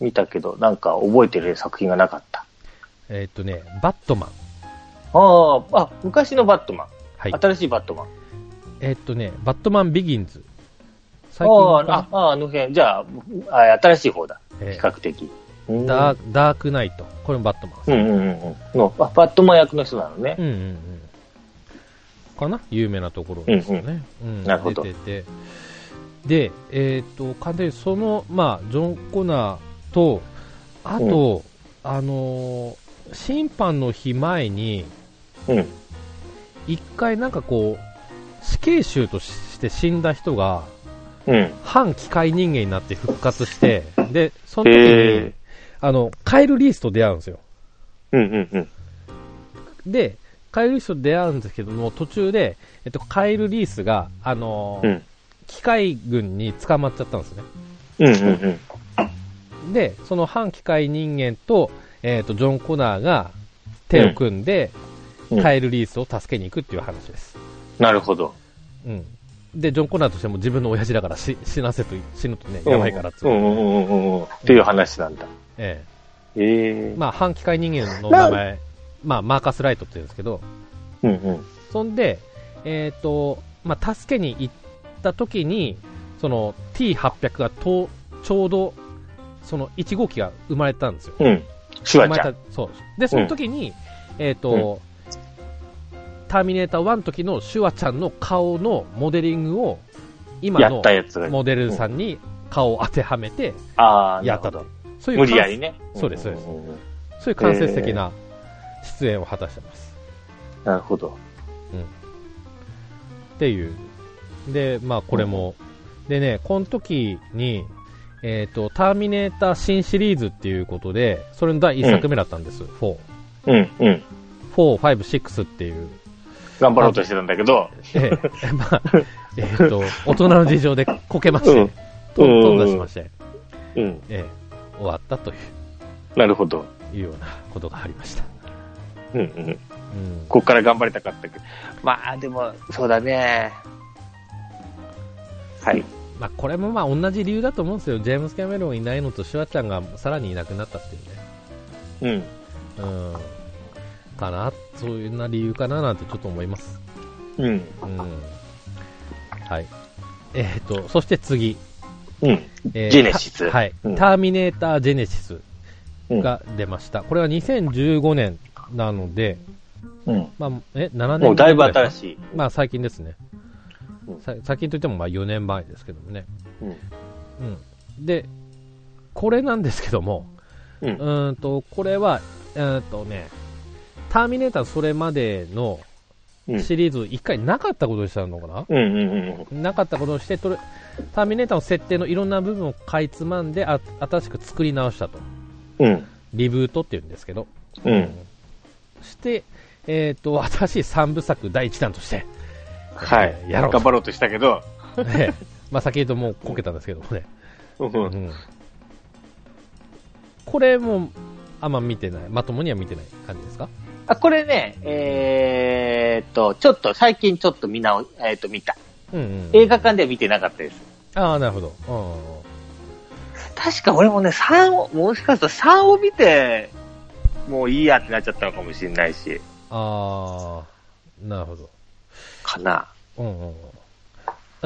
B: 見たけど、なんか覚えてる作品がなかった。
A: えーっとねバットマン
B: ああ、あ、昔のバットマン。
A: はい
B: 新しいバットマン。
A: えーっとねバットマンビギンズ
B: あ
A: 最
B: あ
A: 近
B: ー、あ
A: か
B: あー、あの辺。じゃあ、あ新しい方だ。
A: え
B: 比
A: ー
B: 較的。うん
A: ダーダークナイトこれもバットマンです、
B: うんうんうんうん。のあバットマン役の人なのね
A: う。んうんうん、かな有名なところですよね、うん
B: なるほど
A: 出ててで、えっと完全にその、まあ、ジョン・コナーとあと、あのー審判の日前に
B: うん。
A: 一回なんかこう死刑囚として死んだ人が
B: うん。
A: 反機械人間になって復活 してでその時に
B: へ
A: あのカエル・リースと出会うんですよ
B: うんうんうん。
A: で、カエルリースと出会うんですけども、途中で、えっと、カエルリースが、あのー
B: うん。
A: 機械軍に捕まっちゃったんですね。
B: うんうんうん。
A: で、その反機械人間と、えっと、ジョン・コナーが手を組んで、
B: うん
A: カエルリースを助けに行くっていう話です。
B: なるほど。
A: うん。で、ジョン・コナーとしても自分の親父だから死死なせと、死ぬとね、やばいからっつう
B: うんうんうんうんうん。っていう話なんだ。
A: え
B: え
A: え
B: え
A: まあ、反機械人間の名前、まあ、マーカス・ライトって言うんですけど、
B: うんうん。
A: そんで、えっ、と、まあ、助けに行った時に、その T800 がとちょうど、その1号機が生まれたんですよ。
B: うん。シ
A: 生
B: ュワ
A: ま
B: ち
A: れ
B: ゃ
A: た
B: ん。、
A: そう。で、その時に、えっ、と、ターミネーター1の時のシュワちゃんの顔のモデリングを、今
B: や
A: の
B: ったやつが。
A: モデルさんに顔を当てはめて、
B: ああ、
A: や
B: な
A: っ
B: る
A: たと
B: ほど。。
A: そういう
B: 無
A: 間
B: 理やりね。
A: そうですそうです
B: んんうん
A: そういう間接的な出演を果たしてます。
B: なるほど。
A: っていう。で、まあこれも。でね、この時に、えっ、と、ターミネーター新シリーズっていうことで、それの第1作目だったんです。4。
B: うんうん。
A: 4、5、6っていう。
B: 頑張ろうとしてたんだけど。
A: え えまあ、えっ、と、大人の事情でこけまして、
B: うん
A: と
B: うん
A: 頓挫しまして、
B: うん。
A: ええ終わったとい
B: なるほど。
A: ういうようなことがありました。
B: うんうん。
A: うん。
B: こっから頑張りたかったけど。まあ、でも、そうだね。はい。
A: まあこれもまあ同じ理由だと思うんですよ。ジェームス・キャメロンいないのとシュワちゃんがさらにいなくなったっていうね。
B: う
A: う
B: ん。
A: ん、かな、そういうな理由かななんてちょっと思います。
B: う
A: う
B: ん。
A: ん、はい。えっ、と、そして次。
B: うん。
A: えー
B: ジェネシス
A: たはい、
B: うん
A: ターミネーター・ジェネシス
B: うん。
A: が出ました。これは2015年なので、
B: うん。
A: まあ、え、7年
B: もうだいぶ新
A: い。
B: しい。
A: まあ、最近ですね。
B: うん
A: さ最近といってもまあ4年前ですけどもね。
B: うん。
A: うん。で、これなんですけども、
B: う。
A: うんーんと、これは、うーんとね、ターミネーターそれまでの
B: うん。
A: シリーズ一回なかったことにしたのかな、
B: うんうんうん
A: なかったことにしてとれターミネーターの設定のいろんな部分をかいつまんであ新しく作り直したと
B: うん。うん。
A: リブートっていうんですけど、
B: うん。
A: して、えっと新しい3部作第1弾と して、
B: はい。
A: やろう
B: 頑張ろうとしたけど、
A: ねまあ、先ほどもうこけたんですけどもね、
B: うん
A: う。ん、これもあんま見てないまともには見てない感じですか
B: あ、これね、えーっと、ちょっと、最近ちょっと見直、えーっと、見た。
A: うん、うん、
B: 映画館では見てなかったです。
A: ああなるほど、う
B: 確か俺もね、3を、もしかすると3を見て、もういいやってなっちゃったのかもしれないし、
A: ん、ああなるほど
B: かな。
A: うんうんうん。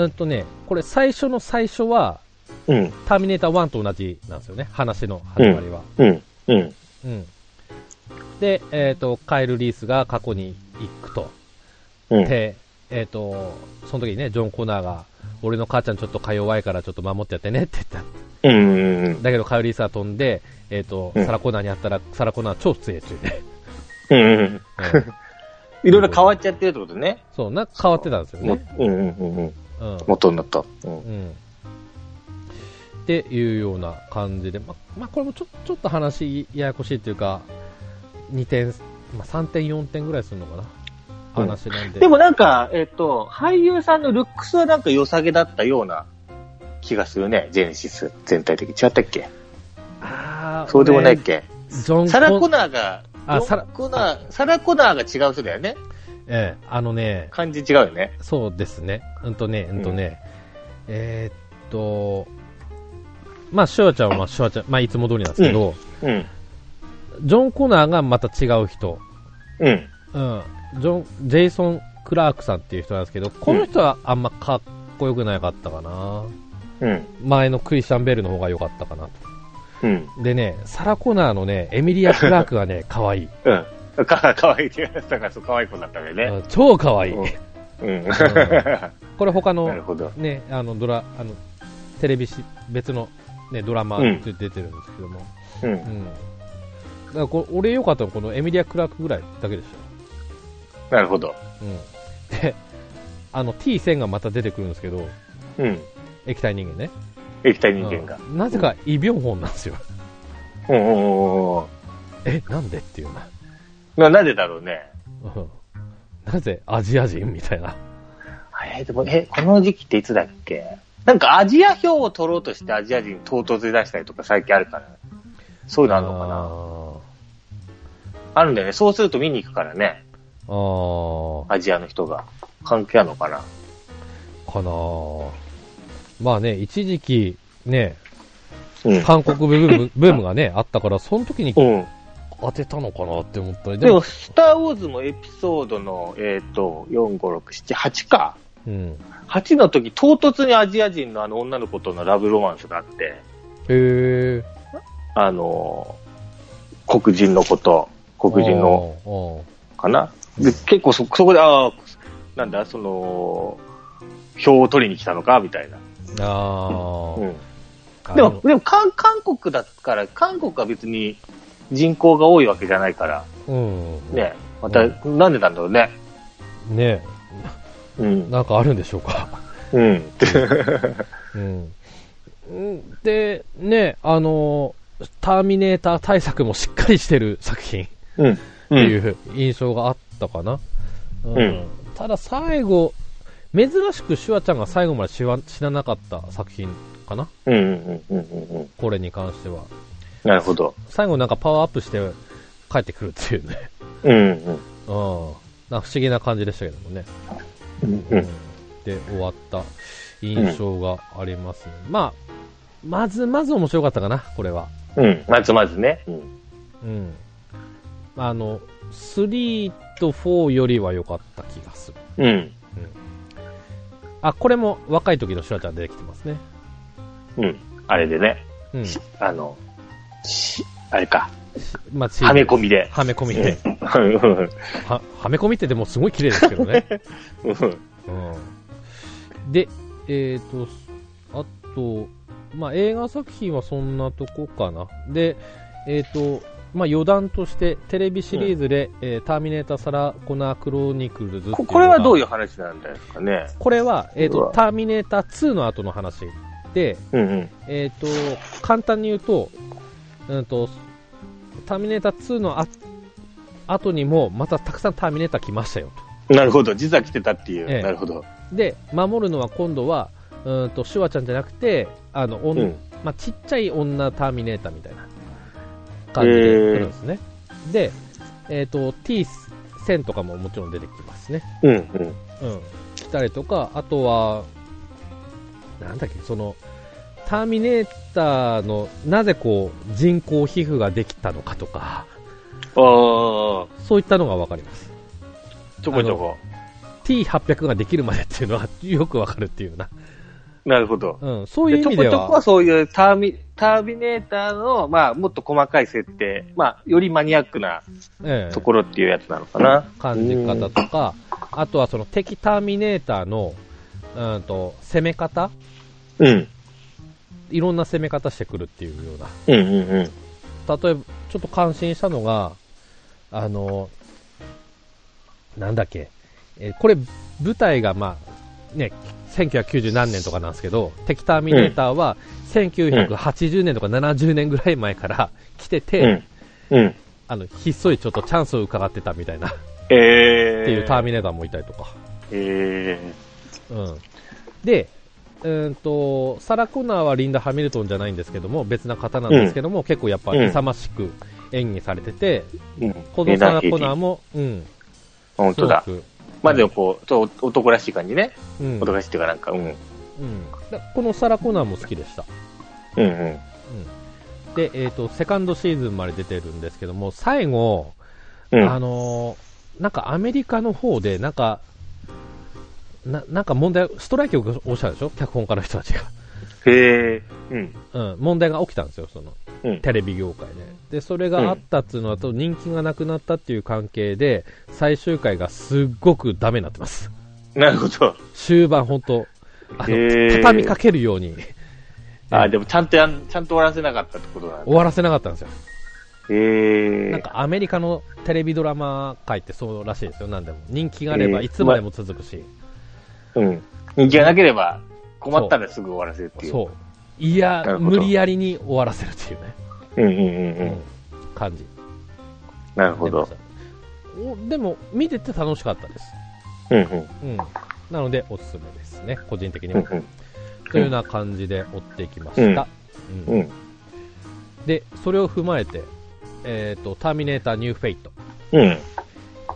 A: うんとね、これ最初の最初は、
B: うん、
A: ターミネーター1と同じなんですよね、話の始まりは。
B: うん、うん。
A: うん。で、えっ、と、カエル・リースが過去に行くと。
B: うん。
A: で、えっ、と、その時にね、ジョン・コナーが、俺の母ちゃんちょっとか弱いからちょっと守ってやってねって言った。
B: うんうん
A: だけどカエル・リースは飛んで、えっ、と、
B: うん
A: サラ・コナーに会ったら、サラ・コナーは超強いっていうね。
B: うん。うんうん。
A: うん
B: いろいろ変わっちゃってるってことね。
A: そう、なんか変わってたんですよ
B: も
A: ね。
B: うんうんうんうん。
A: うん。
B: 元になった。う
A: う
B: ん。
A: ん。っていうような感じで、ま、まあ、これもちょちょっと話ややこしいっていうか、2点、まあ、3点、4点ぐらいするのかな。
B: うん
A: 話なんで。
B: でもなんか、えっと、俳優さんのルックスはなんか良さげだったような気がするね、ジェネシス全体的に。違ったっけ
A: あー
B: そうでもないっけ
A: 俺ジョン
B: サラ・コ
A: ナ
B: ナーが、
A: あ
B: ジョン
A: サラ
B: コナー、サラ・コナーが違う人だよね。
A: ええ、あのね、
B: 感じ違うよね。
A: そうですね。うんとね、うんとね、えーっと、まあ、シュワちゃんはシュワちゃん、まあ、いつも通りなんですけど、
B: うん。
A: ジョン・コナーがまた違う人。
B: うん。
A: うん、ジョンジェイソン・クラークさんっていう人なんですけど、この人はあんまかっこよくなかったかな、
B: うん。
A: 前のクリスチャン・ベルの方が良かったかな
B: うん。
A: と、でね、サラ・コナーのね、エミリア・クラークがね、 可愛い
B: うん。 か、かわいいって言われたから、そう、かわいい子だったわよ
A: い、
B: ね。
A: うん超可愛い
B: うんうん。
A: これ、他
B: なる
A: の,、
B: ほど。
A: ね、あのドラあのテレビし、別の、ね、ドラマ
B: うん
A: で出てるんですけども、
B: う。
A: うんんだからこれ俺、良かったのこのエミリア・クラークぐらいだけでし
B: なるほど。
A: ょ、うん、であの T1000 がまた出てくるんですけど、
B: うん。
A: 液体人間ね。
B: 液体人間が。
A: うんなぜかイ・ビョンホンなんですよ
B: うんうんうんうん。
A: えなんでっていうな
B: な、なんでだろうね。
A: うんなぜアジア人みたいな
B: えーでも、え、この時期っていつだっけなんかアジア票を取ろうとしてアジア人唐突に出したりとか最近あるから。そういうのあるのかなあるんだよね。そうすると見に行くからね。
A: あーあ
B: アジアの人が。関係あるのかな
A: ーかなーまあね一時期ね
B: うん。
A: 韓国ブームブームがねあったからその時に
B: うん。
A: 当てたのかなって思ったり
B: でも、スター・ウォーズもエピソードの、えっ、と、4、5、6、7、8か。
A: うん
B: 8の時、唐突にアジア人のあの女の子とのラブロマンスがあって、
A: へえ
B: あのー黒人の子と、黒人の
A: の
B: かな。で、結構そ、そこで、ああ、なんだ、その、票を取りに来たのか、みたいな。
A: あーあ
B: う
A: ー
B: ん。
A: あ
B: でも、でも、韓、韓国だから、韓国は別に人口が多いわけじゃないから、
A: うん
B: ね、また、なんでなんだろうね。
A: ね
B: うん。
A: なんかあるんでしょうか
B: うん。
A: うんうんで、ね、あの、ターミネーター対策もしっかりしてる作品っ
B: うん。。
A: ていうう印象があったかな。うん
B: うん
A: ただ最後、珍しくシュワちゃんが最後まで知ら知らなかった作品かな。
B: うん。うん。うん。うん。うん。
A: これに関しては。
B: なるほど。
A: 最後なんかパワーアップして帰ってくるっていうね。
B: うん。うん。
A: うん。なんか不思議な感じでしたけどもね。
B: うん。
A: う
B: うんん。
A: で終わった印象がありますね。まあ、まずまず面白かったかな、これは。
B: うん。まずまずね。うん。
A: うん。あの、3と4よりは良かった気がする。
B: うん。
A: あ、これも若い時のシュワちゃん出てきてますね。
B: うん。あれでね、
A: うん。
B: あの、しあれか、
A: まあ、チーム
B: はめ込みで。
A: はめ込みで。
B: うん
A: は、はめ込みってでもすごい綺麗ですけどね。
B: うん
A: うん。で、えっ、と、あと、まあ、映画作品はそんなとこかな。で、えっ、と、まあ、余談として、テレビシリーズで、えーターミネーター・サラ・コナー・クロニクルズっていうの
B: こ
A: が
B: これはどういう話なんですかね。
A: これは、えっ、
B: う
A: と
B: わ、
A: ターミネーター2の後の話で、
B: うんうん。
A: えっ、と、簡単に言うと、うんと、ターミネーター2のあ後にも、またたくさんターミネーター来ましたよ
B: なるほど。実は来てたっていう。
A: ええ
B: なるほど。
A: と。で、守るのは今度は、うんと、シュワちゃんじゃなくて、あの、
B: う
A: 女
B: ん。
A: まあ、ちっちゃい女ターミネーターみたいな感じで来るんですね。で、えっ、と、T1000 とかももちろん出てきますね。
B: うんう
A: う
B: ん。
A: ん、来たりとか、あとは、なんだっけ、その、ターミネーターのなぜこう人工皮膚ができたのかとか、
B: あ
A: そういったのがわかります。
B: あ、ちょこちょこ。
A: T800 ができるまでっていう のはよくわかるっていうような。
B: なるほど。
A: うん、そう
B: で
A: いう意
B: ちょ
A: 味
B: こ
A: で
B: ちょこ
A: は
B: は、そういうターミ、タービネーターの、まあ、もっと細かい設定、まあ、よりマニアックな
A: ええ
B: ところっていうやつなのかな。
A: 感じ方とか、あとはその敵ターミネーターの、うんと、攻め方
B: うん。
A: いろんな攻め方してくるっていうような。
B: うんうんうん。
A: 例えば、ちょっと感心したのが、あの、なんだっけ、えーこれ、舞台が、まあ、ね、1990何年とかなんですけど、敵ターミネーターは、1980年とか70年ぐらい前から来てて、
B: うん。うん。
A: あの、ひっそりちょっとチャンスを伺ってたみたいな、っ
B: えー。
A: ていうターミネーターもいたりとか。
B: え
A: うん。で、うーんと、サラ・コナーはリンダ・ハミルトンじゃないんですけども、別な方なんですけども、結構やっぱ
B: うん
A: 勇ましく演技されてて、
B: ー。うん。
A: このサラ・コ
B: 値
A: ナー
B: 段
A: も、うん、
B: 本当だ
A: す。ごく
B: まあでもこう、そう男らしい感じね。
A: うん、
B: 男らしいっていうかなんか、うん。
A: うんだこのサラ・コナーも好きでした。
B: うんうん。
A: うん、で、えっ、と、セカンドシーズンまで出てるんですけども、最後、
B: うん。
A: あのーなんかアメリカの方で、なんか、ななんか問題、ストライキを起こしたでしょ脚本家の人たちが。
B: へえ。うん。
A: うん、問題が起きたんですよ、その、
B: うん。
A: テレビ業界で。で、それがあったっていうのと、人気がなくなったっていう関係で、最終回がすっごくダメになってます。
B: なるほど。
A: 終盤、本当あの、
B: へー
A: 畳みかけるように
B: あーでもちゃんとやん、ちゃんと終わらせなかったってことなんだ。
A: 終わらせなかったんですよ。
B: へえ。
A: なんかアメリカのテレビドラマ界ってそうらしいですよ、なんでも。人気があれば
B: えー
A: いつまでも続くし。
B: うん。人気がなければ、困ったらすぐ終わらせるっていう。
A: そう。いや
B: なる、ほど
A: 無理やりに終わらせるっていうね、
B: うんうんうんう。
A: うんん感じ。
B: なるほど。
A: おでも、見てて楽しかったです。
B: うんうん。
A: うん。なので、おすすめですね、個人的に
B: う
A: も。
B: んうん。
A: というような感じで追ってきました、うん
B: うん。
A: でそれを踏まえて、えーと「ターミネーターニューフェイト
B: うん。」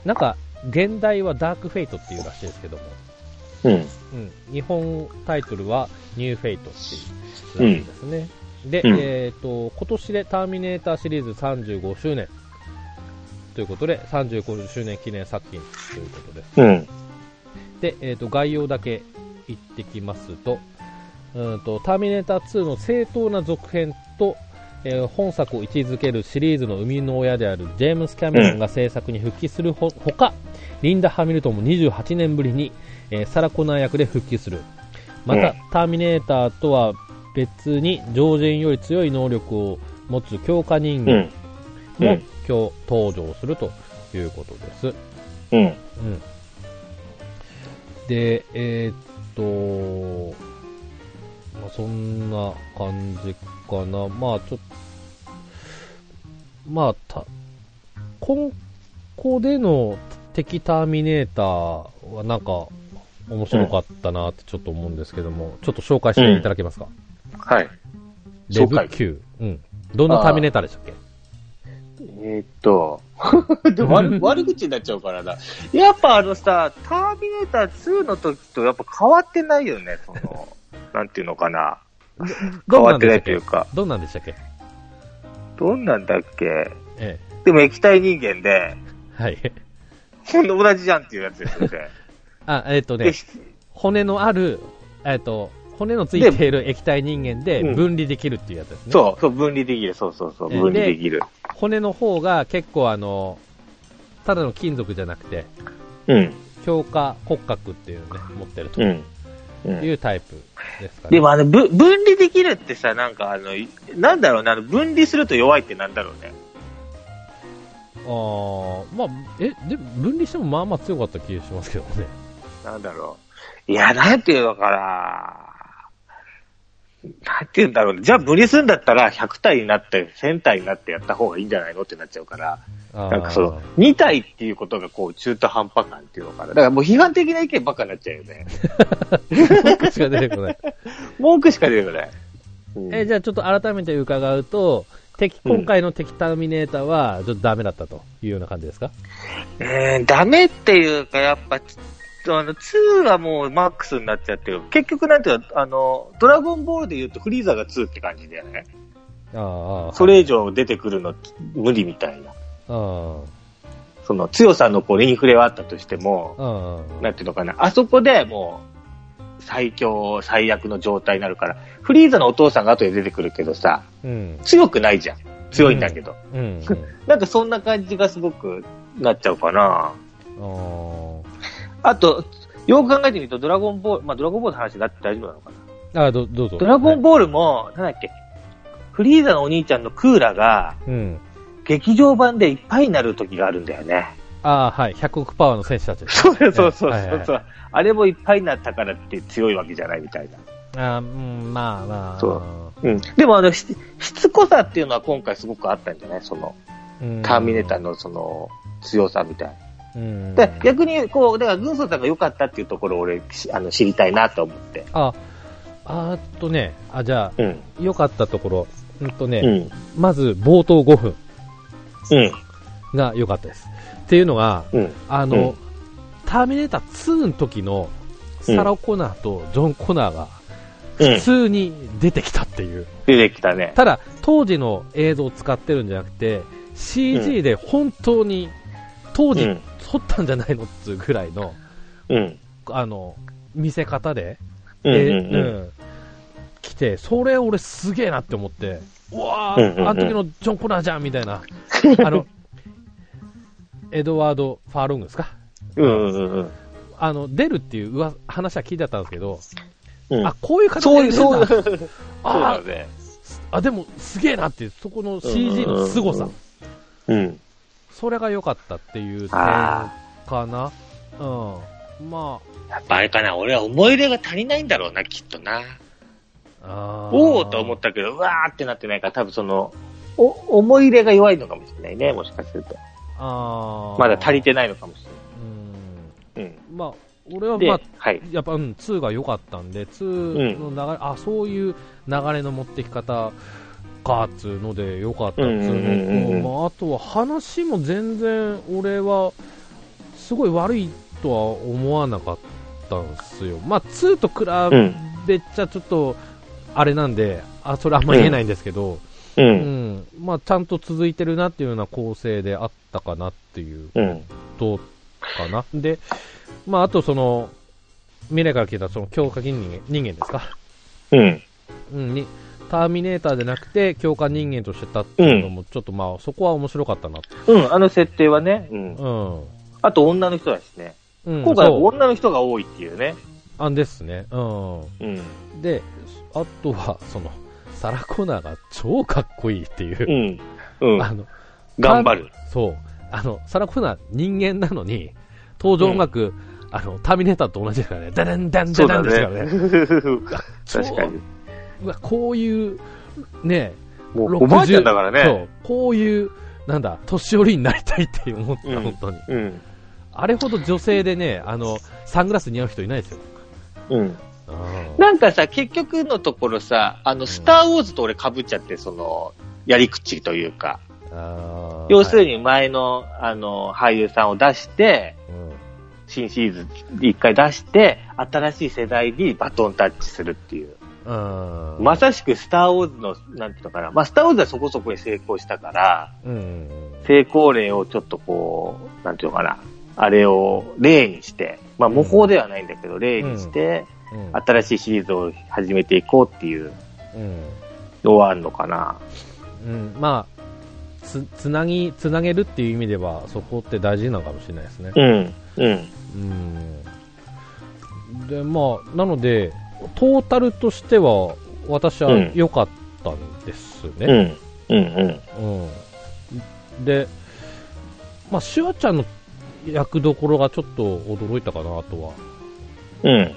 A: なんか現代はダークフェイトっていうらしいですけども、
B: うん。
A: うん、日本タイトルはニューフェイトっていうらしいですね、で、
B: うん
A: えー、と今年で「ターミネーター」シリーズ35周年ということで35周年記念作品ということです
B: うん。
A: で、えー、と概要だけ言ってきますとうーんと「ターミネーター2」の正当な続編と、えー本作を位置づけるシリーズの生みの親であるジェームス・キャメロンが制作に復帰するほほかリンダ・ハミルトンも28年ぶりに、えーサラ・コナー役で復帰するまた、
B: うん
A: ターミネーターとは別に常人より強い能力を持つ強化人
B: う
A: 間
B: ん。う
A: も
B: ん
A: 今日登場するということです、
B: うん。
A: うん、で、えーっと、まあ、そんな感じかな。まあ、ちょっと、まあ、た、今後での敵ターミネーターはなんか、面白かったなってちょっと思うんですけども、ちょっと紹介していただけますか。
B: はい。
A: レブ
B: 紹介
A: Q。うん。どんなターミネーターでしたっけ
B: えーっと、 でも悪悪口になっちゃうからな。やっぱあのさ、ターミネーター2の時とやっぱ変わってないよね、その、なんていうのかな。変わってないというか、
A: どんなんでしたっけ
B: どんなんだっけ。
A: え
B: でも液体人間
A: え。
B: で、
A: はい。
B: ほんと同じじゃんっていうやつですよ ね。
A: あ、えーっとね
B: で、、
A: 骨のある、えっと骨のついている液体人間で
B: うん
A: 分離できるっていうやつですね、
B: そう、そう、分離できる、そうそうそう、
A: えー
B: 分離できる。
A: 骨の方が結構あのただの金属じゃなくて
B: うん、
A: 強化骨格っていうのをね持ってると
B: うん。うん
A: いうタイプですかね、
B: でもあの、ぶ分離できるってさ、なんかあの、いなんだろうな、あの分離すると弱いってなんだろうね。
A: あーまあえでも分離してもまあまあ強かった気がしますけどね
B: なんだろう。いや、なんていうのかな。なんていうんだろうね。じゃあ分離するんだったら、100体になって、1000体になってやった方がいいんじゃないのってなっちゃうから。
A: あー
B: なんかその、2体っていうことがこう、中途半端感っていうのかな。だからもう批判的な意見ばっかになっちゃうよね。
A: 文句しか出てこない
B: 文句しか出てこない。うん
A: えじゃあちょっと改めて伺うと敵
B: うん
A: 今回の敵ターミネーターはちょっとダメだったというような感じですか、
B: えーダメっていうか、やっぱ、つあの、2はもうマックスになっちゃってる。結局なんていうの、あの、ドラゴンボールで言うとフリーザが2って感じだよね。
A: あーあー
B: それ以上出てくるの無理みたいな。
A: あー
B: その強さのこうインフレはあったとしても、
A: あー
B: なんていうのかな、あそこでもう、最強、最悪の状態になるから、フリーザのお父さんが後で出てくるけどさ、
A: うん。
B: 強くないじゃん。強いんだけど。
A: うん。
B: なんかそんな感じがすごくなっちゃうかな。
A: うん
B: あと、よく考えてみると、ドラゴンボール、まあドラゴンボールの話になって大丈夫なのかな。
A: ああ、どどうぞ。
B: ドラゴン
A: ボ
B: ボールも、なんだっけ、フリーザのお兄ちゃんのクーラが、
A: ール、うん。
B: 劇場版でいっぱいになる時があるんだよね。
A: ああ、はい。100億パワーの選手たちです。
B: そうそうそうそう。
A: はいはいはい
B: あれもいっぱいになったからって強いわけじゃないみたいな。
A: ああ、うん、まあまあ。
B: そうん。でもあの、ししつこさっていうのは今回すごくあったんじゃないその、
A: うん。
B: ターミネーターのその、強さみたいな。
A: うん。
B: で逆に、こう、だから、軍曹さんが良かったっていうところを俺、しあの知りたいなと思って。
A: あ、あーっとね、あ、じゃ
B: うん。
A: あ、良かったところ。うんとね、
B: うん。
A: まず冒頭5分
B: うん。
A: が良かったです。っていうのが、
B: うん。
A: あ
B: う
A: の、
B: ん
A: ターミネーター2の時のサラ・コナーとジョン・コナーが
B: うん
A: 普。通に出てきたっていう。
B: 出てきたね。
A: ただ、当時の映像を使ってるんじゃなくて、CG で本当に当
B: う
A: 時
B: ん。
A: 撮ったんじゃないのっつうぐらいの、
B: うん。
A: あの、見せ方で、
B: うん。
A: え
B: うんうん。
A: うん来て、それ俺すげえなって思って、うわ
B: うんうんうん
A: ー、あの時のジョン・コナーじゃんみたい な、あの、エドワード・ファーロングですか
B: うんうんうん
A: あの、出るっていううわ話は聞いてあったんですけど、
B: うん。
A: あ、こういう形
B: そう
A: で
B: いう、
A: 出る
B: そ
A: ん
B: ういう、
A: だ。
B: そうだ
A: あ
B: ね。
A: あ、でもすげえなっていう、そこの CG の凄
B: う
A: さ
B: ん。うん。
A: それが良かったっていう点
B: あ
A: かな。うん。ま
B: やっぱあれかな、俺は思い入れが足りないんだろうな、きっとな。
A: あ、
B: おおと思
A: て。
B: ったけど、うわーってなってないから、多分その、お、思い入れが弱いのかもしれないね、もしかすると。
A: あー
B: まだ足りてないのかもし
A: うん。
B: れない。
A: まあ、俺は
B: うん。で、
A: まあ、
B: はい。
A: やっぱ、うん、2が良かったんで、2の流れ、あ、そういう流れの持ってき方か、っつうので良かったっつ
B: うんうんうんう
A: うんのと、まあ、あとは話も全然、俺は、すごい悪いとは思わなかったんですよ。まあ、2と
B: う
A: 比
B: ん。
A: べちゃちょっと、あれなんで、あ、それあんま言えないんですけど、
B: う。
A: うんん、まあ、ちゃんと続いてるなっていうような構成であったかなっていう
B: うん。
A: ことかな。で、まあ、あとその、未来から聞いたその強化人間人間ですか、
B: うん。
A: うん、にターミネーターじゃなくて強化人間としてたっていうのも、ちょっとまあ、そこは面白かったなと。
B: うん、あの設定はね。うん。
A: うん。
B: あと女の人だしね。
A: うん、
B: 今回は
A: そう
B: 女の人が多いっていうね。
A: あですね。う
B: うん。
A: ん。で、あとは、その、サラコナーが超かっこいいっていうう、
B: ん。うん。
A: あの、
B: 頑張る。
A: そう。あの、サラコナー人間なのに、登場音楽、あの、ターミネーターと同じですからね。ダダンダン
B: そ
A: ダ
B: う
A: ダ
B: だ
A: ンですからね。
B: ね。
A: 超
B: 確かに。
A: うわ、こういう、ね、
B: もう
A: 60
B: おばあちゃんだから
A: そ
B: ね。
A: う、こういう、なんだ、年寄りになりたいって思った、
B: うん
A: 本当に。
B: うん。
A: あれほど女性でね、あの、サングラス似合う人いないですよ。
B: うん。
A: うん
B: なんかさ、結局のところさ、あの、スターウォーズと俺被っちゃって、その、やり口というか、
A: あー
B: 要するに前の、あの、俳優さんを出して、新シーズン一回出して、新しい世代にバトンタッチするっていう。
A: はいうん。
B: まさしくスターウォーズの、なんていうのかな。まあ、スターウォーズはそこそこで成功したから、
A: うん。
B: 成功例をちょっとこう、なんていうのかな。あれを例にして、まあ、模倣ではないんだけど、例にして、
A: うん。
B: 新しいシリーズを始めていこうっていう
A: うん。
B: のはあるのかな。
A: うん。まあ、つ、つなぎ、つなげるっていう意味では、そこって大事なのかもしれないですね。
B: うん、うん、
A: うんでまあなのでトータルとしては私は
B: うん
A: 良かったんです
B: う
A: ね、
B: ん、うん、うん。
A: うんで、まあ、シュワちゃんの役どころがちょっと驚いたかなとは、
B: うん。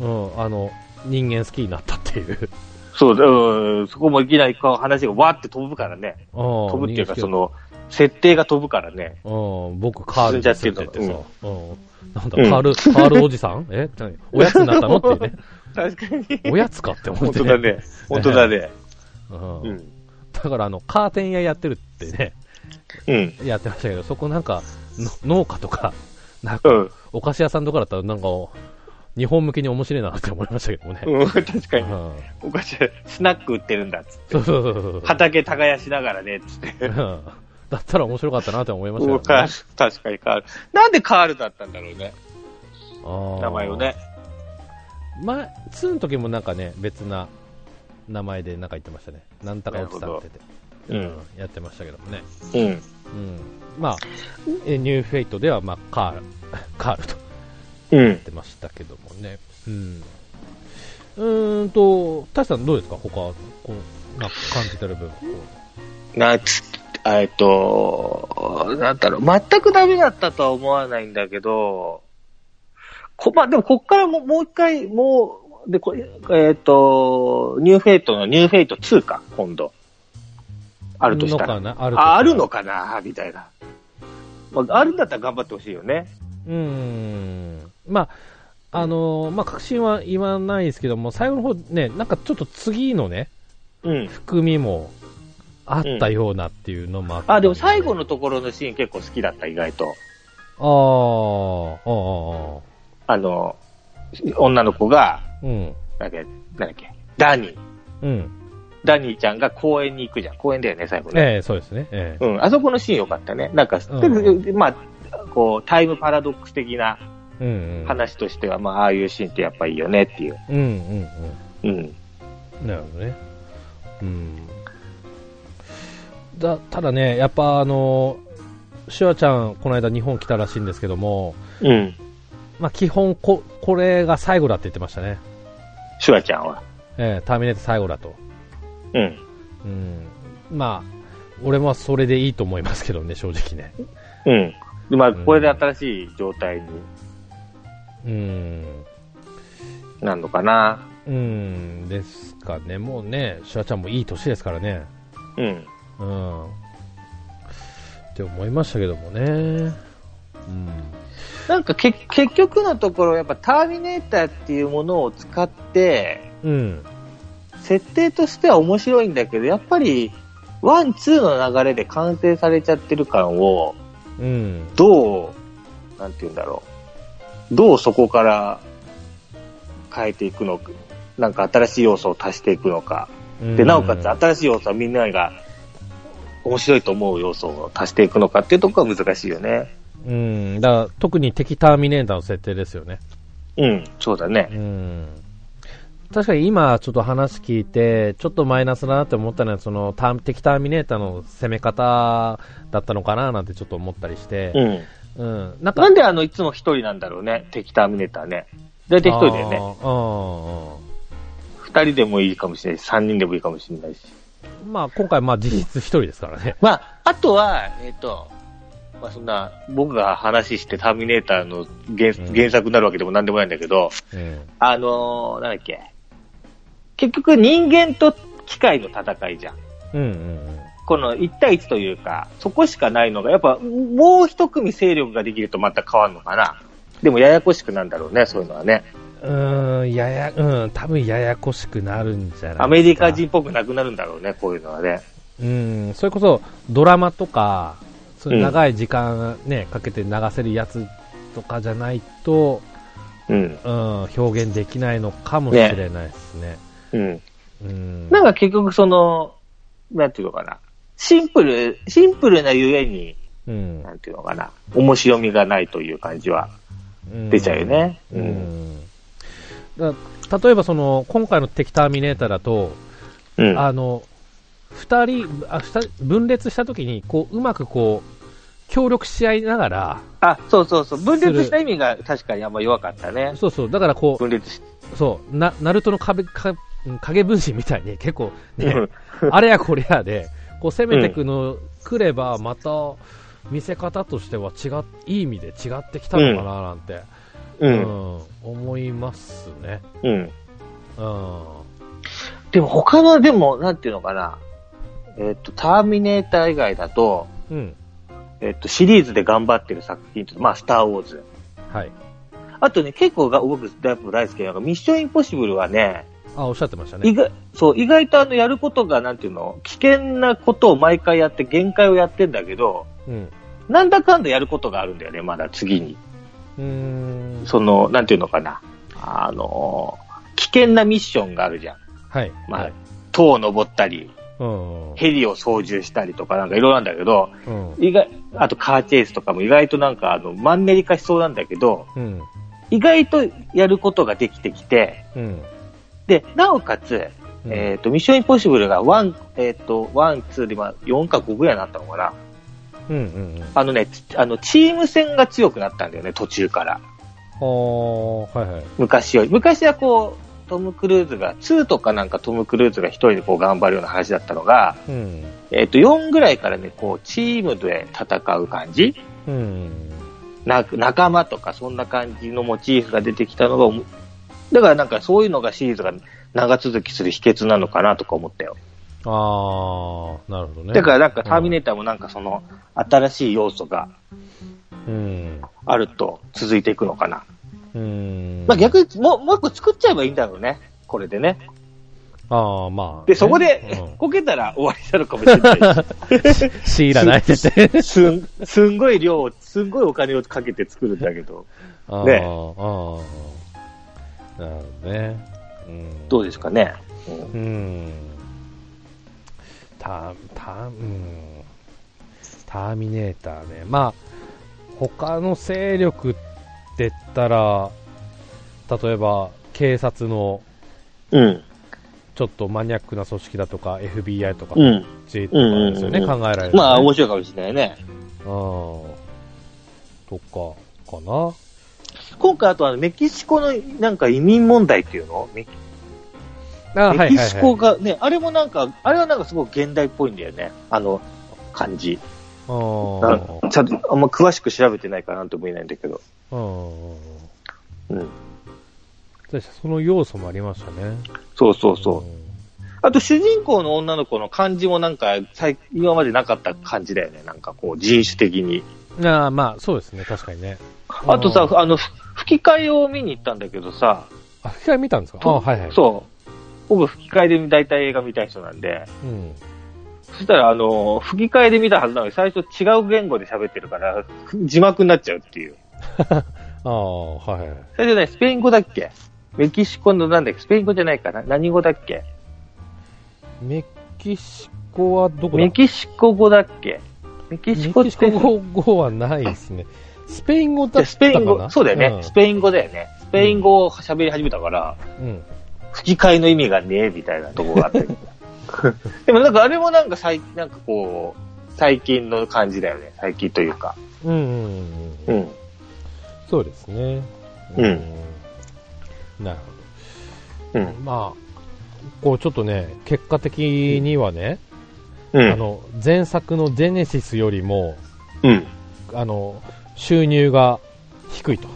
A: うん、あの人間好きになった っていう
B: そうだ、うん、そこもいきなりこう話がわーって飛ぶからね。飛
A: 飛
B: ぶっていうか、その、設定が飛ぶからね。
A: うん、僕、カールですって言って
B: 進んじ
A: さ
B: ゃっ、
A: うんなんだ、
B: うん
A: カール、カールおじさんえ何おやつになったのっていう ね、
B: 確かに。
A: おやつかって思
B: 本
A: って、
B: 当だね。本当だ ね。
A: うん
B: うん。
A: だからあの、カーテン屋やってるってね、
B: うん。
A: やってましたけど、そこなんか、の農家とか、なん
B: う
A: か、
B: ん。
A: お菓子屋さんとかだったらなんか、日本向けに面白いなって思いましたけどもね。
B: うん、確か
A: う
B: に。
A: ん
B: お菓子、スナック売ってるんだっつって。
A: そうそうそうそうそう。
B: 畑耕しながらね、つって。
A: うんだったら面白かったなって思いました
B: う
A: よ
B: ん
A: ね。
B: カール確かにカール。なんでカールだったんだろうね。
A: あー
B: 名前をね。
A: まあ、2の時もなんかね、別な名前でなんか言ってましたね。なんとかおじさんって言っ
B: なる
A: て
B: ほどうん、
A: やってましたけどもね。
B: うん。
A: うん。まあ、えニューフェイトでは、まあ、カール、 カールと言
B: うん
A: っ。てましたけどもね。うん。うーんと、タシさんどうですか他、こう、なんか感じてる部分。こ
B: な、つ、えっと、なんだろう、全くダメだったとは思わないんだけど、こ、まあ、でもこっからももう一回、もう、で、これ、えっと、ニューフェイトのニューフェイト2か、今度。
A: う
B: あるとしたら。
A: のかなあるとしたら
B: あ、あるのかなみたいな。まあ、あるんだったら頑張ってほしいよね。
A: うーんまあ、あのーまあ、確信は言わないですけども、最後の方ね、なんかちょっと次のね、
B: うん。
A: 含みもあったようなっていうのもあった、
B: あ、でも最後のところのシーン結構好きだった、意外と。
A: の。
B: あの、女の子が、
A: ああ、ああ、うん、
B: なんだっけ、なんだっけ、ダニー。
A: うん。
B: ダニーちゃんが公園に行くじゃん。公園だよね、最後ね。
A: ええそうですね。ええ
B: うん、あそこのシーンよかったね。なんか、
A: うん
B: でまあ、こう、タイムパラドックス的な
A: うんうん。
B: 話としては、まあ、ああいうシーンってやっぱいいよねっていう。
A: うんうん
B: うん。
A: うん。なるほどね。うん。だ、ただね、やっぱあのーシュワちゃん、この間日本来たらしいんですけども、
B: うん。
A: まあ、基本こ、これが最後だって言ってましたね。
B: シュワちゃんは。
A: ええターミネーター最後だと。
B: うん。
A: うん。まあ、俺はそれでいいと思いますけどね、正直ね。
B: うん。でまあ、
A: うん
B: これで新しい状態に
A: うん。
B: なるのかな。
A: うん、ですかね。もうね、シュワちゃんもいい年ですからね。
B: うん。
A: うん。って思いましたけどもね。うん。
B: なんかけ、結局のところ、やっぱターミネーターっていうものを使って、
A: うん。
B: 設定としては面白いんだけど、やっぱり、ワン、ツーの流れで完成されちゃってる感を、
A: うん。
B: どう、なんて言うんだろう。どうそこから変えていくのか。なんか新しい要素を足していくのか。で、なおかつ新しい要素はみんなが面白いと思う要素を足していくのかっていうところは難しいよね。
A: うん。だから、特に敵ターミネーターの設定ですよね。
B: うん、そうだね。
A: うん確かに今、ちょっと話聞いて、ちょっとマイナスだなって思ったのは、そのターン敵ターミネーターの攻め方だったのかななんてちょっと思ったりして、
B: う
A: う
B: ん。
A: ん、なんか、
B: なんであの、いつも一人なんだろうね。敵ターミネーターね。大体一人だよね。
A: あー。
B: 二人でもいいかもしれないし、三人でもいいかもしれないし。
A: うんまあ、今回、まあ、実質一人ですからね。
B: まあ、あとは、えっ、と、まあそんな、僕が話してターミネーターの原,、
A: うん
B: 原作になるわけでもなんでもないんだけど、
A: うん。
B: あのーなんだっけ。結局人間と機械の戦いじゃん。
A: うんうん
B: この1対1というか、そこしかないのが、やっぱもう一組勢力ができるとまた変わるのかな。でもややこしくなんだろうね、そういうのはね。
A: うん。うーん、やや、うん、多分ややこしくなるんじゃないですか
B: アメリカ人っぽくなくなるんだろうね、こういうのはね。
A: うん、それこそドラマとか、そういう
B: うん
A: 長い時間、ね、かけて流せるやつとかじゃないと、
B: うん。
A: うん、表現できないのかもしれないですね。
B: うん。
A: うん、
B: なんか結局その、なんていうのかな。シンプル、シンプルなゆえに、
A: うん、
B: なんていうのかな、面白みがないという感じは出ちゃうよね。
A: う。
B: うんん。
A: だから例えばその、今回の敵ターミネーターだと、
B: うん。
A: あの、二人、あ二人分裂した時に、こう、うまくこう、協力し合いながら、
B: あ、そうそうそう。分裂した意味が確かにあんま弱かったね。
A: そうそう、だからこ
B: 分裂し、
A: う、そう、な、ナルトの壁、か影分身みたいに結構ね、
B: うん
A: あれやこれや で、こう攻めてくの、くれば、また、見せ方としては違っ、いい意味で違ってきたのかななんて、
B: う。
A: うんん、思いますね。
B: うん。
A: うん。
B: でも他の、でも、なんていうのかな。えっと、ターミネーター以外だと、
A: うん。
B: えっと、シリーズで頑張ってる作品と、まあ、スター・ウォーズ。
A: はい。
B: あとね、結構が僕、大大好きなのが、ミッション・インポッシブルはね、
A: あ、おっしゃってましたね
B: 意。外、そう、意外とあの、やることが、なんていうの、危険なことを毎回やって、限界をやってんだけど、
A: うん。
B: なんだかんだやることがあるんだよね、まだ次に。
A: うーん。
B: その、なんていうのかな。あの、危険なミッションがあるじゃん。
A: はい。
B: まあ
A: はい。
B: 塔を登ったり、
A: うん。
B: ヘリを操縦したりとかなんかいろいろなんだけど、
A: うん。
B: 意外、あとカーチェイスとかも意外となんかあの、マンネリ化しそうなんだけど、
A: うん。
B: 意外とやることができてきて、
A: うん。
B: で、なおかつ、
A: うん
B: えっ、と、ミッションインポッシブルが1、えっ、と、ワン、ツーで今4か5ぐらいになったのかな。
A: うんうんうん。
B: あのね、つあの、チーム戦が強くなったんだよね、途中か
A: あ
B: ら。
A: ー、はいはい。
B: 昔より。昔はこう、トム・クルーズが、2とかなんかトム・クルーズが一人でこう頑張るような話だったのが、
A: うん。
B: えっ、と、4ぐらいからね、こう、チームで戦う感じ
A: うん。
B: な仲間とかそんな感じのモチーフが出てきたのがおも、だからなんかそういうのがシリーズが長続きする秘訣なのかなとか思ったよ。
A: あー、なるほどね。
B: だからなんかターミネーターもなんかその新しい要素が
A: うん。
B: あると続いていくのかな。
A: うん。
B: まあ逆にもうもう一個作っちゃえばいいんだろうね。これでね。
A: あー、まあ。
B: で、そこ
A: う
B: で
A: ん、
B: こけたら終わりなのかもしれない。
A: 強いらないって 言って。
B: すん、すんごい量を、すんごいお金をかけて作るんだけど。
A: あー、
B: ね
A: あー。なるほどね。うん。
B: どうですかね。うん
A: うん。ター、ター、うん。ターミネーターね。まあ、他の勢力って言ったら、例えば、警察の
B: うん。
A: ちょっとマニアックな組織だとか、FBI とか、
B: う
A: そっ
B: ん。
A: ちとかですよね、
B: うんうん
A: 考
B: う
A: えられる、ね。
B: まあ面
A: も
B: 白いかもしれないね。
A: うん。とか、かな。
B: 今回あとはメキシコのなんか移民問題っていうのメキ
A: あはいは
B: メ
A: い
B: キ
A: はい
B: シコがね、あれもなんか、あれはなんかすごい現代っぽいんだよね。あの、感じ。な
A: うん
B: ちゃんとあんま詳しく調べてないからなんとも言えないんだけど。
A: うん。
B: うん。
A: 確かその要素もありましたね。
B: そうそうそうう。
A: ん。
B: あと主人公の女の子の感じもなんか、最今までなかった感じだよね。なんかこう、人種的に。
A: ああ、まあ、そうですね、確かにね。
B: あとさ
A: う、ん
B: あの、ふ吹き替えを見に行ったんだけどさ、
A: あ、吹き替え見たんですかああ、はいはい。
B: そう。僕吹き替えで大体映画見たい人なんで、
A: う。うん。
B: そしたら、あの、吹き替えで見たはずなのに、最初違う言語で喋ってるから、字幕になっちゃうっていう。
A: ああ、はいはい。
B: それでね、スペイン語だっけメキシコのなんだっけスペイン語じゃないかな何語だっけ
A: メキシコはどこだ
B: メキシコ語だっけメキシコっ
A: メ
B: て
A: キシコ語はないですね。スペイン語だっ
B: でス
A: た
B: ペイ
A: か
B: ン語、
A: な
B: そうだよね、スペイン語だよね。スペイン語を喋り始めたから、
A: うん。うん
B: 吹き替えの意味がねえみたいなとこがあ って。でもなんかあれもなんか最、なんかこう、最近の感じだよね。最近というか。
A: うんうんう。
B: うんん。
A: そうですね。
B: うん
A: なるほ
B: う
A: ど。
B: ん。
A: まあ、こうちょっとね、結果的にはね、
B: う
A: あ
B: ん。
A: の、前作のジェネシスよりも、
B: うん。
A: あの、収入が低いと。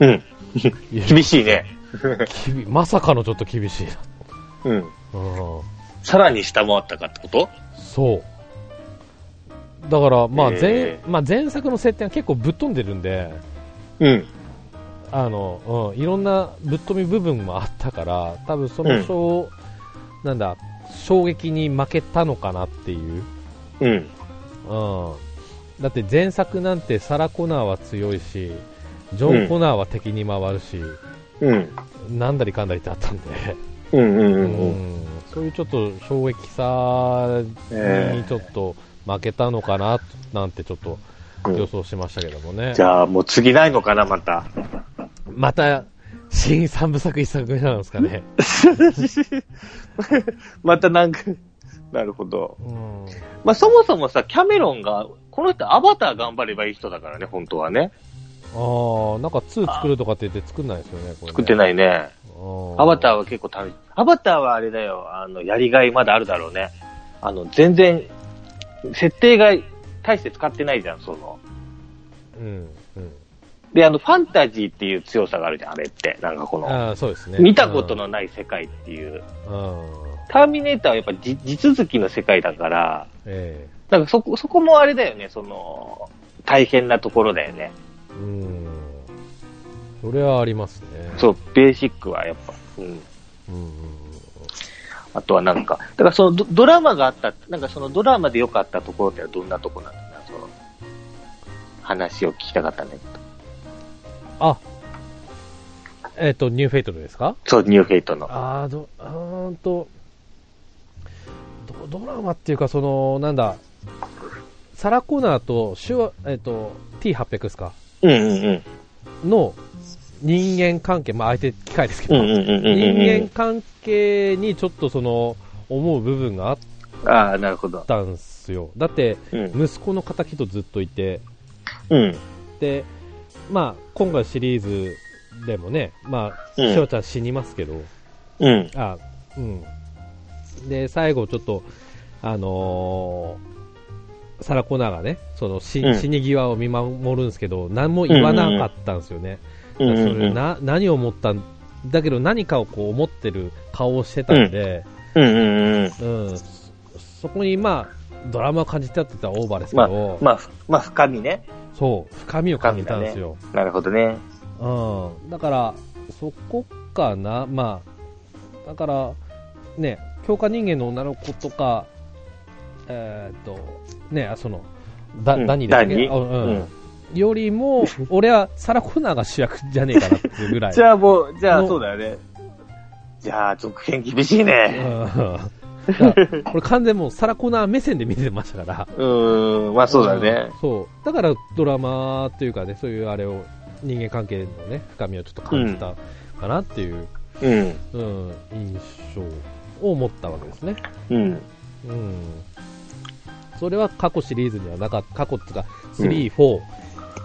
B: うん。
A: いや
B: 厳しいね。
A: きびまさかのちょっと厳しい
B: うん。
A: な。うん。
B: さらに下回ったかってこと
A: そう。だから、まあ前、
B: え
A: まあ前作の設定は結構ぶっ飛んでるんで、
B: うん。
A: あの、うん、いろんなぶっ飛び部分もあったから、多分その衝、なんだ、衝撃に負けたのかなっていう。
B: うん。
A: うん。だって前作なんてサラ・コナーは強いし、ジョ
B: う
A: ン・
B: ん
A: コナーは敵に回るし、
B: うん。
A: なんだりかんだりってあったんで、
B: うんうんう
A: うん
B: うん。
A: ん、そういうちょっと衝撃さに
B: え
A: ちょっと負けたのかななんてちょっと
B: え
A: 予想しましたけどもね。
B: じゃあもう次ないのかな、また。
A: また、新3部作1作目なんですかね。
B: またなんか、なるほど。
A: うん。
B: まあそもそもさ、キャメロンが、この人アバター頑張ればいい人だからね、本当はね。
A: ああ、なんか2作るとかって言って作んないですよね、これ、ね。
B: 作って
A: い。
B: ないね。ア
A: ア
B: バターは結構楽しい。アバターはあれだよ、あの、やりがいまだあるだろうね。あの、全然、設定が大して使ってないじゃん、その。
A: うん。うん。
B: で、あの、ファンタジーっていう強さがあるじゃん、あれって。なんかこの、
A: ああ、そうですね。
B: 見たことのない世界っていう。
A: うん。うん。
B: ターミネーターはやっぱ地地続きの世界だから、
A: え
B: なんかそこ、そこもあれだよね、その、大変なところだよね。
A: えうん。それはありますね。
B: そう、ベーシックはやっぱ。うん。
A: う。うん、うん。
B: あとはなんか、だからそのドドラマがあった、なんかそのドラマで良かったところってのはどんなとこなんだろうな、その、話を聞きたかったんだけど。
A: あ、えっ、と、ニューフェイトルですか
B: そう、ニューフェイトの。
A: あーど、あーんとド、ドラマっていうか、その、なんだ、サラ・コナーとシュワ、えっ、と、T800 ですか
B: うんうんうん。
A: の、人間関係、まあ相手機械ですけ
B: う
A: ど、
B: んうんうんうんうん
A: 人間関係にちょっとその、思う部分があっ
B: ああ、なるほど。
A: たんすよ。だって、
B: うん。
A: 息子の敵とずっといて、
B: うん。
A: で、まあ今回シリーズでもね、まあ、
B: うん
A: 翔ちゃん死にますけど、
B: うん。
A: あ、うん。で、最後ちょっと、あのーサラコナがね、その死,、
B: うん
A: 死に際を見守るんですけど、何も言わなかったんですよね。
B: うん
A: だからそ
B: う
A: れ
B: ん。
A: な何を思ったんだけど何かをこう思ってる顔をしてたんで、
B: うんうんうん。
A: うん、そそこにまあ、ドラマを感じたって言ったらオーバーですけ
B: まあ
A: ど、、
B: まあ、ふまあ、深みね。
A: そう、深みを感じたんですよ。
B: なるほどね。
A: うん、だから、そこかな、まあ、だから、ね、強化人間の女の子とか、えーっと、ね、あその、だ
B: うん
A: ダニーだっけ
B: ダニー
A: あうん
B: うん
A: よりも、俺はサラコナーが主役じゃねえかなっていうぐらい。
B: じゃあもう、じゃあ
A: の
B: そうだよね。じゃあ、続編厳しいね。
A: うんだからこれ完全もうサラコナー目線で見てましたから。
B: うーん、まあそうだね。
A: ん。そう。だからドラマっていうかね、そういうあれを、人間関係のね、深みをちょっと感じたかなっていう、
B: うん。
A: うん、印象を持ったわけですね。
B: うん。
A: うん。それは過去シリーズにはなかった、過去っていうか、3、4、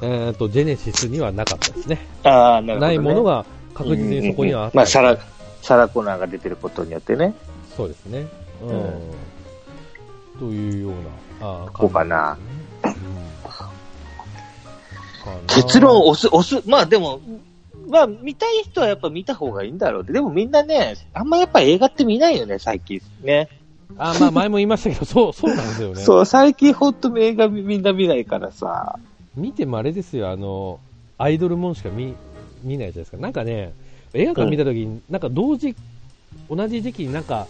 A: えっと、ジェネシスにはなかったですね。
B: ああ、なるほど、ね。
A: ないものが確実にそこにはあ
B: あ
A: っ。
B: ったた。まあ、サラ、サラコナーが出てることによってね。
A: そうですね。うん。
B: うん
A: というような、あー
B: こうかな。
A: 感じですねうんかな
B: 結論押す、押す。まあでも、まあ見たい人はやっぱ見た方がいいんだろうで、でもみんなね、あんまやっぱ映画って見ないよね、最近。ね。
A: あー、まあ前も言いましたけど、そう、そうなんですよね。
B: そう、最近ほんと映画みんな見ないからさ。
A: 見てもあれですよ、あの、アイドルもんしか見、見ないじゃないですか。なんかね、映画館見たときに、なんか同時、同じ時期になんか、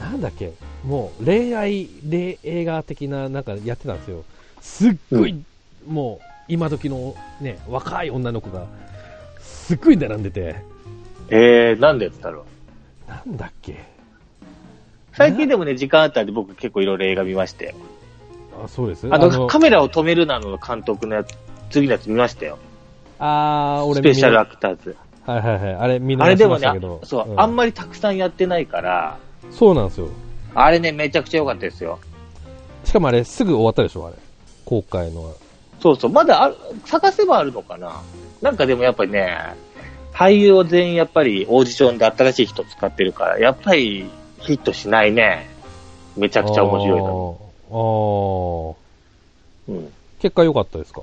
A: なんだっけ、もう恋愛、で映画的ななんかやってたんですよ。すっごい、もう、今時のね、若い女の子が、すっごい並んでて、
B: ええー、なんでやったろう。
A: なんだっけ。
B: 最近でもね、時間あったんで僕結構いろいろ映画見まして。
A: あ、そうです。
B: あの、カメラを止めるなの監督のやつ、次のやつ見ましたよ。
A: あー俺
B: スペシャル
A: は
B: アクターズ。
A: いはいはい。あれ見
B: あれ
A: 逃
B: で
A: し
B: も
A: まし
B: ね
A: たけど。、
B: そう、
A: ん
B: あんまりたくさんやってないから、
A: そうなんですよ。
B: あれね、めちゃくちゃ良かったですよ。
A: しかもあれ、すぐ終わったでしょ、あれ。公開の。
B: そうそう、まだある探せばあるのかな。なんかでもやっぱりね、俳優を全員やっぱりオーディションで新しい人使ってるから、やっぱりヒットしないね。めちゃくちゃ面白いの
A: の。あ
B: に。うん。
A: ー結果良かったですか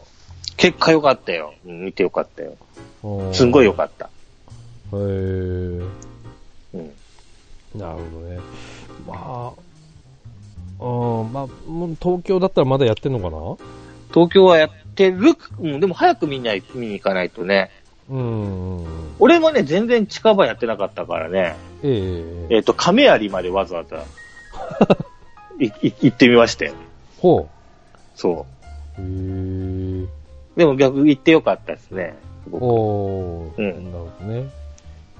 B: 結果良かったよ。うん見て良かったよ。すんごい良かった。
A: た。へー
B: うん。
A: なるほどね。まあ、うん、まあ、もう東京だったらまだやってんのか
B: 東京はやってる、うん、でも早くみんな見に行かないとね。
A: なうん。
B: 俺もね、全然近場やってなかったからね。
A: ええ
B: えっ、と、亀有までわざわ ざいい行ってみましたよ。
A: ほ。
B: そう
A: へー
B: う。でも逆行ってよかったですね。すごく
A: おー、
B: うん
A: なるほどね。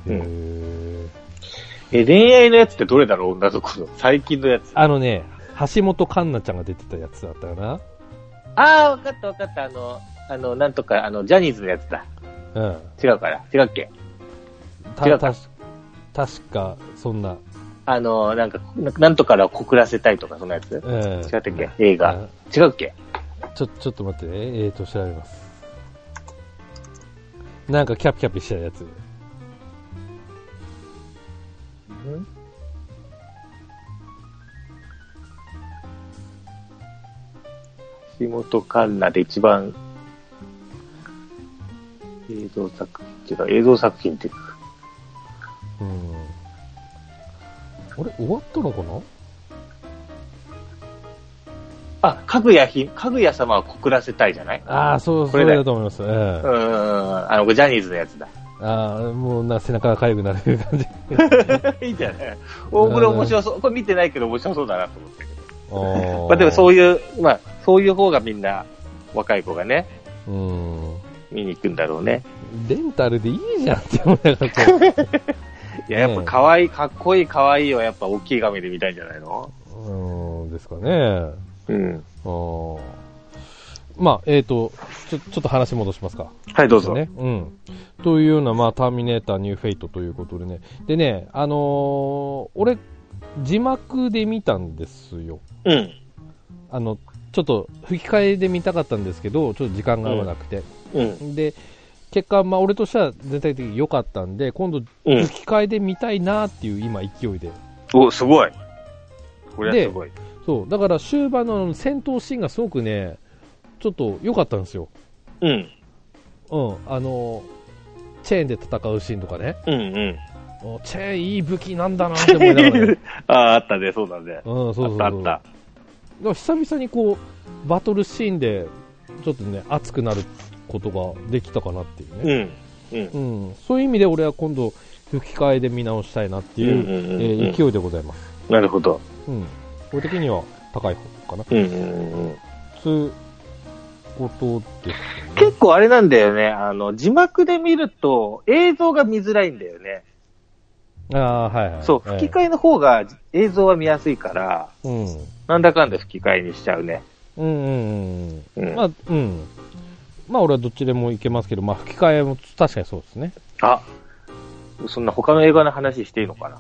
B: うん
A: へー
B: え、恋愛のやつってどれだろう女の子の。最近のやつ。あ
A: あのね、橋本環奈ちゃんが出てたやつだったかな。
B: あー、わかったわかった。あの、あの、なんとか、あの、ジャニーズのやつだ。
A: うん。
B: 違うから。違うっけ違
A: た、
B: うか
A: たし、確か、そんな、
B: あの、なんか、ななんとかを告らせたいとか、そのやつ。違っ
A: うん。違った
B: っけ映画。違うっけ
A: ちょ、ちょっと待ってね。えーと、調べます。なんかキャピキャピしたやつ。
B: 橋本環奈で一番、映像作品、違う、映像作品っていうか
A: うん。あれ終わったのかな
B: あ、かぐやひ、かぐや様を告らせたいじゃない
A: ああ、そう、そ
B: これ
A: れ
B: だ
A: だ
B: よ
A: と思います。うん。
B: う
A: あ
B: ーん、あの、ジャニーズのや つだ。
A: あー、もうなんか背中が痒くなる感じ。
B: いいじゃないおこれ面白そう。これ見てないけど面白そうだなと思ったけど。
A: あ
B: まあでも
A: う。
B: そういう、まあ、そういう方がみんな、若い子がね、
A: う
B: 見に行くんだろうね。
A: ん。レンタルでいいじゃんって思いながらこ
B: いや、やっぱ可愛い、かっこいい可愛いはやっぱ大きい画面で見たいんじゃないの
A: う。うん、ですかね。
B: うん。
A: あーまあ、えーと、ちょ、ちょっと話戻しますか。
B: はい、どうぞ。
A: ね。うん。というような、まあ、ターミネーター、ニューフェイトということでね。でね、あのー俺、字幕で見たんですよ。
B: うん。
A: あの、ちょっと吹き替えで見たかったんですけど、ちょっと時間が合わなくて。
B: うん。
A: で、結果、まあ、俺としては全体的に良かったんで、今度、
B: うん。
A: 吹き替えで見たいなっていう今、勢いで。
B: お、すごい。これはすごい。
A: そう、だから終盤の戦闘シーンがすごくね、ちょっと良かったんですよ。
B: うん。
A: うん、あの、チェーンで戦うシーンとかね。
B: うんうん。
A: おチェーンいい武器なんだなって思いなが らね。
B: ああ、あったね、そうだね。
A: うん、そうそう
B: あ
A: そ
B: っ
A: う
B: たあ
A: だか
B: った。
A: ら久々にこう、バトルシーンで、ちょっとね、熱くなることができたかなっていう
B: う
A: ね。
B: ん。う
A: う
B: ん。
A: ん、そういう意味で俺は今度、吹き替えで見直したいなっていう、
B: うんうんうんうん
A: えー勢いでございます。
B: なるほど。
A: うん。俺的には高い方かな。
B: うんうんうん。
A: つうことですね。
B: 結構あれなんだよね。あの、字幕で見ると映像が見づらいんだよね。
A: ああー、はいはい。
B: そう、吹き替えの方が映像は見やすいから、
A: えーうん。
B: なんだかんだ吹き替えにしちゃうね。
A: うんうん
B: う
A: うん。
B: ん。
A: まあ、うん。まあ俺はどっちでもいけますけど、まあ吹き替えも確かにそうですね。
B: あ、そんな他の映画の話していいのかな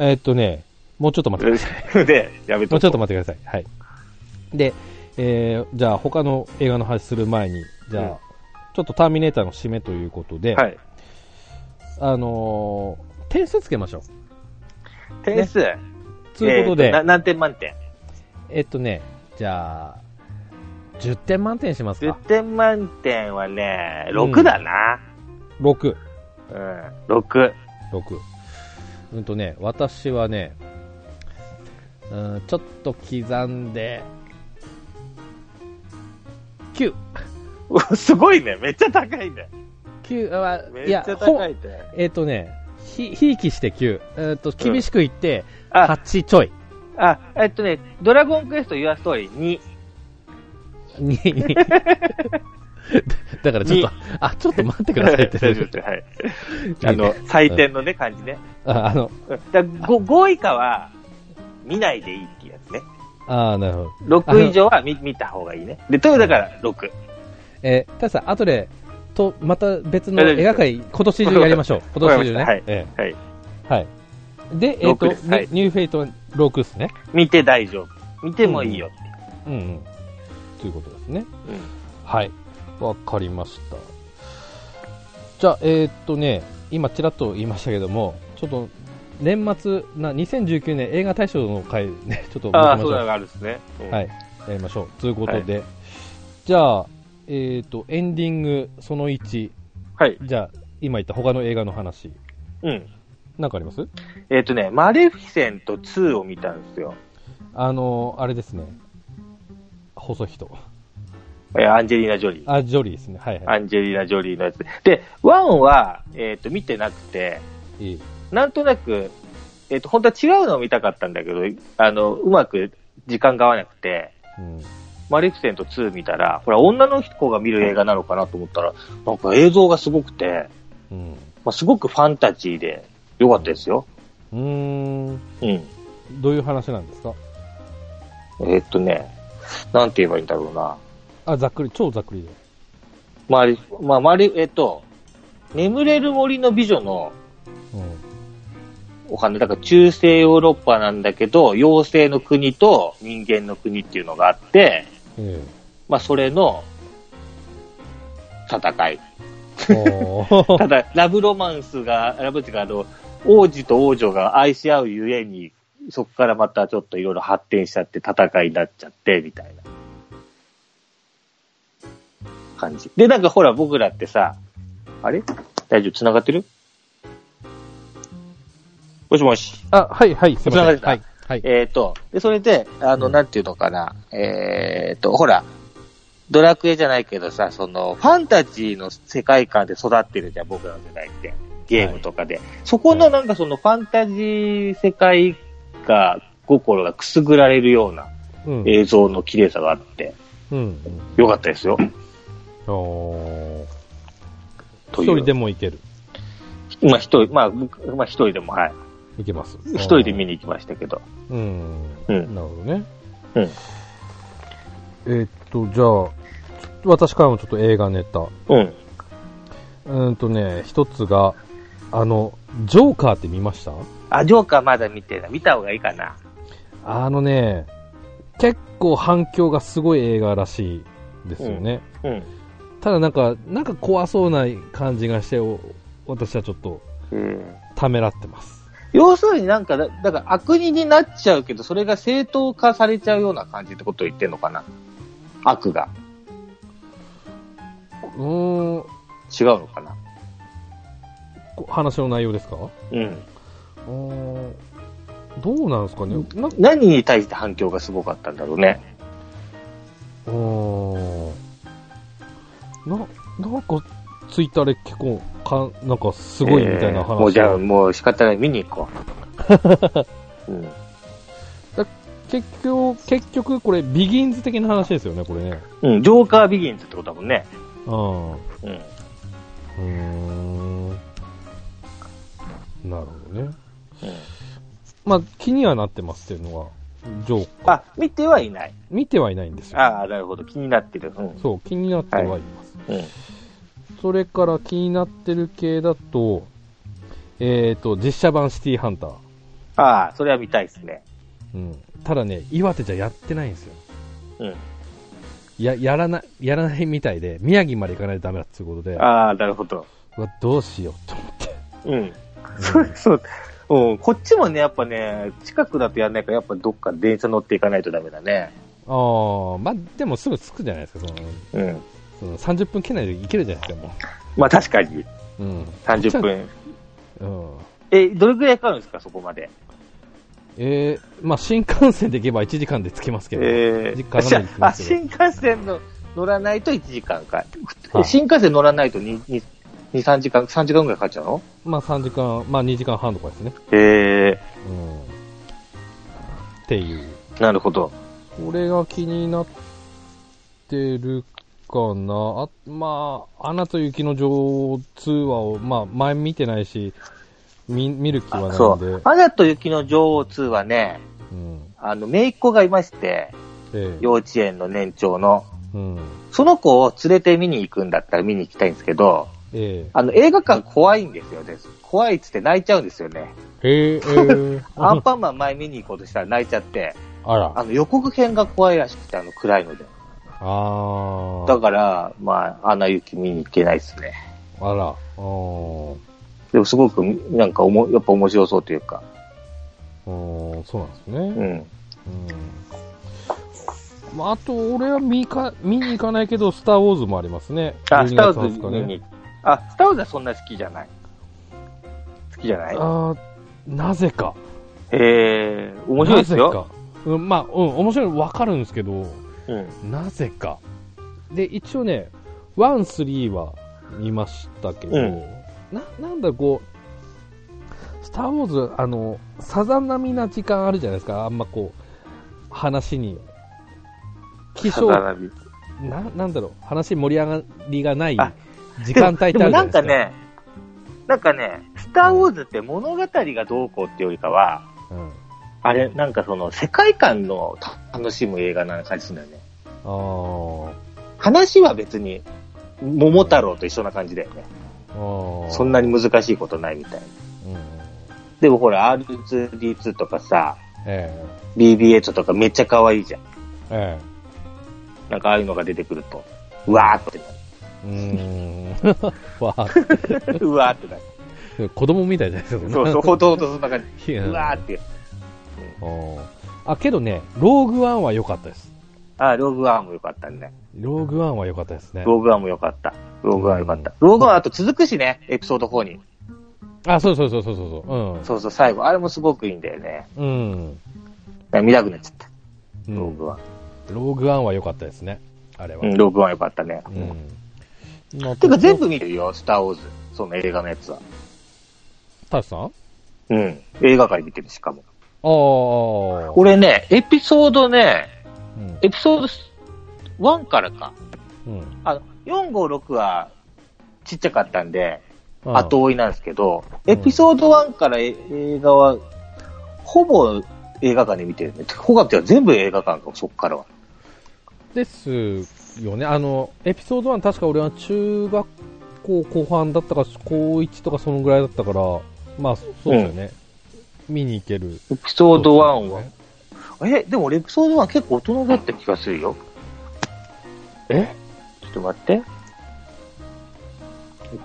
A: えーっとね、もうちょっと待ってください。
B: で、やめ
A: も
B: とこう
A: うちょっと待ってください。はい。で、えー、じゃあ他の映画の話する前に、じゃあ、
B: うん
A: ちょっとターミネーターの締めということで、
B: はい。
A: あのー、点数つけましょう。
B: 点数。
A: ということで、
B: えーな何点満点
A: えーっとね、じゃあ、10点満点します
B: ?10
A: か。
B: 点満点はね、
A: うん
B: 6だな。
A: 6。
B: うん、6。
A: 6うんとね私はねうんちょっと刻んで9
B: うわ すごいね。めっちゃ高いね。
A: 9は
B: めっ
A: いや
B: ちゃ高
A: ほん
B: いね。
A: えっ、とねひひいきして9、えー、と厳しく言って
B: あ、
A: 8ちょい、
B: あ、えっとね、ドラゴンクエストユアストーリー2。
A: に だからちょっと
B: に
A: あちょっと待ってくださいって
B: 大丈夫です。はい。あの、採点のね、感じね。
A: ああの
B: うんだ 5, 5以下は見ないでいいっていうやつね。
A: あーなるほど
B: 6以上は見見た方がいいね。で、とだから6。
A: えー、たださあとでとまた別の
B: 大丈夫です
A: 映画会今年中やりましょう今年中ね
B: わかりましたはい
A: ええ
B: はい。
A: はい。で、えっ、と、
B: 6ですは
A: ニ
B: い
A: ュニューフェイトは6ですね。
B: 見て大丈夫。見てもいいよ。
A: うんうん。ということですね。
B: うん
A: はい。わかりました。じゃあ、えっ、とね、今ちらっと言いましたけども、ちょっと、年末な、2019年映画大賞の回ね、 ちょっと持
B: ああ、
A: ちましょ
B: そう
A: う
B: なのがあるんですね。うん
A: はい。やりましょう。ということで、じゃあ、えっ、と、エンディングその1、
B: はい。
A: じゃあ、今言った他の映画の話、
B: うん。
A: なんかあります
B: えっ、とね、マレフィセント2を見たんですよ。
A: あの、あれですね、細い人。
B: えアンジェリーナ・ジョリー。
A: あ、ジョリーですね。はいは
B: アンジェリーナ・ジョリーのやつ。で、ワンは、えっ、と、見てなくて、
A: い。いい
B: なんとなく、えっ、と、本当は違うのを見たかったんだけど、あの、うまく時間が合わなくて、
A: うん。
B: マレフィセント2見たら、ほら、女の子が見る映画なのかなと思ったら、なんか映像がすごくて、
A: うん。
B: まあ、すごくファンタジーで、良かったですよ。
A: うーん。
B: うん。え
A: どういう話なんですか
B: っ、とね、なんて言えばいいんだろうな。
A: あ、ざっくり、超ざっくりで。
B: まあ、まあ、マレえっ、と、眠れる森の美女の
A: うん。
B: お金、だから中世ヨーロッパなんだけど、妖精の国と人間の国っていうのがあって、
A: え
B: まあ、それの戦い。
A: え。おー
B: ただ、ラブロマンスが、ラブっていうか、あの、王子と王女が愛し合うゆえに、そこからまたちょっといろいろ発展しちゃって戦いになっちゃって、みたいな感じ。で、なんかほら、僕らってさ、あれ大丈夫繋がってるもしもし。
A: あ、はいはい、すみません。
B: つなが
A: は
B: れ
A: い。はい。
B: えっ、と、で、それで、あの、
A: うん
B: なんていうのかな、えっ、と、ほら、ドラクエじゃないけどさ、その、ファンタジーの世界観で育ってるじゃん、僕らの世代って。ゲームとかで。そこのなんかその、ファンタジー世界が、心がくすぐられるような
A: うん。
B: 映像の綺麗さがあって、
A: うん。
B: よかったですよ。
A: おー
B: と
A: 一
B: いう
A: 人でもいける。
B: まあ一人、まあ、僕まあ一人でも、はい。
A: いけます。
B: 一人で見に行きましたけど。
A: うん。う
B: う
A: ん。
B: ん
A: なるほどね。
B: うん。
A: えーっと、じゃあ、ちょっと私からもちょっと映画ネタ。
B: うん。
A: うーんとね、一つが、あの、ジョーカーって見ました
B: あ、ジョーカーまだ見てない。見た方がいいかな。
A: あのね、結構反響がすごい映画らしいですよね。
B: うん。
A: ただなんか、なんか怖そうな感じがして、お私はちょっと
B: うん。
A: ためらってます。
B: 要するになんかだ、だから悪人になっちゃうけど、それが正当化されちゃうような感じってことを言ってんのかな。悪が。
A: うーん、
B: 違うのかな。
A: こ話の内容ですか
B: うん。
A: うーん、どうなんですかね。なんか
B: 何に対して反響がすごかったんだろうね。
A: うーんななんかツイッターで結構かなんかすごいみたいな
B: えーもう
A: 話
B: じゃ
A: が、
B: あ、もう仕方ない。見に行こ う。うん。
A: 結局結局これビギンズ的な話ですよねこれね
B: うん、ジョーカービギンズってことだもんね。
A: うんう
B: う
A: ーん
B: ん。
A: なるほどねまあ気にはなってますっていうのがジョー
B: あ、見てはいない。
A: 見てはいないんですよ
B: ああ、なるほど。気になってる。うん。
A: そう気になってはいます、
B: うん。
A: それから気になってる系だとえっ、と実写版シティーハンター、
B: ああ、それは見たいですね。
A: うん、ただね岩手じゃやってないんですよ
B: うん。
A: ややらない、やらないみたいで、宮城まで行かないとダメだっていうことで、
B: ああ、なるほど。
A: うわどうしようと思って。
B: うん。 そうそう。うん、こっちもね、やっぱね、近くだとやんないから、やっぱどっか電車乗っていかないとダメだね。
A: ああ、まあでもすぐ着くじゃないですか、その、
B: うん。
A: その30分圏内で行けるじゃないですか、も
B: まあ確かに、
A: う。うん。
B: 30分。
A: うん。
B: え、どれくらいかかるんですか、そこまで。
A: えー、まあ新幹線で行けば1時間で着きますけど、
B: え
A: 実
B: ー、
A: 家まで行き
B: あ、
A: ますけど
B: 新幹線の乗らないと1時間か。
A: はい
B: 新幹線乗らないと2、2 2 3時間、3時間くらいかかっちゃうの
A: まあ3時間、まあ2時間半とかですね。
B: え
A: うん。っていう。
B: ー、なるほど。
A: これが気になってるかな。あまあ、アナと雪の女王2話を、まあ、前見てないし、見見る気はない
B: そ
A: んで。
B: う。アナと雪の女王2はね、
A: うん。
B: あの、姪っ子がいまして、
A: ええ
B: 幼稚園の年長の。
A: うん。
B: その子を連れて見に行くんだったら見に行きたいんですけど、
A: え
B: あの、映画館怖いんですよね。怖いっつって泣いちゃうんですよね。
A: えええええ
B: アン
A: あ
B: パンマン前見に行こうとしたら泣いちゃって、
A: あら。
B: あの、予告編が怖いらしくて、あの、暗いので。
A: あ
B: だ
A: あ。
B: から、まあ、アナ雪見に行けないですね。
A: あら。うん。
B: でもすごく、なんかおも、やっぱ面白そうというか、
A: うんそうなんですね。
B: うん。
A: うん。まあ、あと、俺は見か、見に行かないけど、スターウォーズもありますね。
B: あ、スターウ
A: 12
B: ォ
A: 月20日
B: ーズ
A: ね
B: 見に、あ、スターウォーズはそんな好きじゃない。好きじゃない
A: あーなぜか。
B: えー、面白いですよ。
A: なぜか。うん、まあ、うん、面白いの分かるんですけど、
B: うん。
A: なぜか。で、一応ね、ワン、スリーは見ましたけど、
B: うん
A: な、なんだこう、スター・ウォーズ、あの、さざ波な時間あるじゃないですか、あんまこう、話に。気象、
B: サザナビ
A: な、なんだろう、話盛り上がりがない
B: あ
A: 時間帯ってある
B: で
A: じ
B: も
A: ゃな
B: ない
A: で
B: ん
A: すか。
B: かね、なんかね、スター・ウォーズって物語がどうこうっていうよりかは、
A: うん。
B: あれ、なんかその世界観の楽しむ映画な感じするんだよね。
A: あー
B: 話は別に、桃太郎と一緒な感じだよね。
A: あー。
B: そんなに難しいことないみたいな。
A: うん。
B: でもほら、R2D2 とかさ、
A: え
B: BB8 とかめっちゃ可愛いじゃん。
A: え。ええ。
B: なんかああいうのが出てくると、うわーって
A: うーん。 わあ
B: なる。う わーってなる。
A: 子供みたいじゃないですか。
B: そうそう、ほとほとそんな感
A: い
B: じ。
A: や
B: うわーって。
A: うんあ、けどね、ローグワンは良かったです。
B: あ、ローグワンも良かったね。
A: ローグワンは良かったですね。
B: ローグワンも良かった。ローグワン良かった。ローグワンあと続くしね、エピソード4に。
A: あ、そうそうそうそうそうそう。
B: そうそう、最後。あれもすごくいいんだよね。
A: うん。うん。
B: だから見たくなっちゃっ
A: う
B: た。
A: ん
B: ローグワン。
A: ローグワンは良かったですね。あれは。
B: うん、ローグワン良かったね。
A: うん。まあ
B: てか全部見てるよ、スターウォーズ。その映画のやつは。
A: タシさんあ
B: うん。映画界見てるしかも。
A: あ。
B: 俺ね、エピソードね、
A: うん。
B: エピソード1からか。
A: うん。
B: あの、4、5、6はちっちゃかったんで、
A: うん
B: 後追いなんですけど、
A: うん
B: エピソード1からえ映画は、ほぼ映画館で見てるね。ほかっては全部映画館か、そっからは。
A: ですよね。あの、エピソード1確か俺は中学校後半だったか、高1とかそのぐらいだったから、まあ、そうですよね。見に行ける。
B: エピソード
A: そう
B: 1
A: です
B: は
A: よ。ね
B: え、でも俺エピソード1結構大人だった気がするよ。えちょっと待って。エ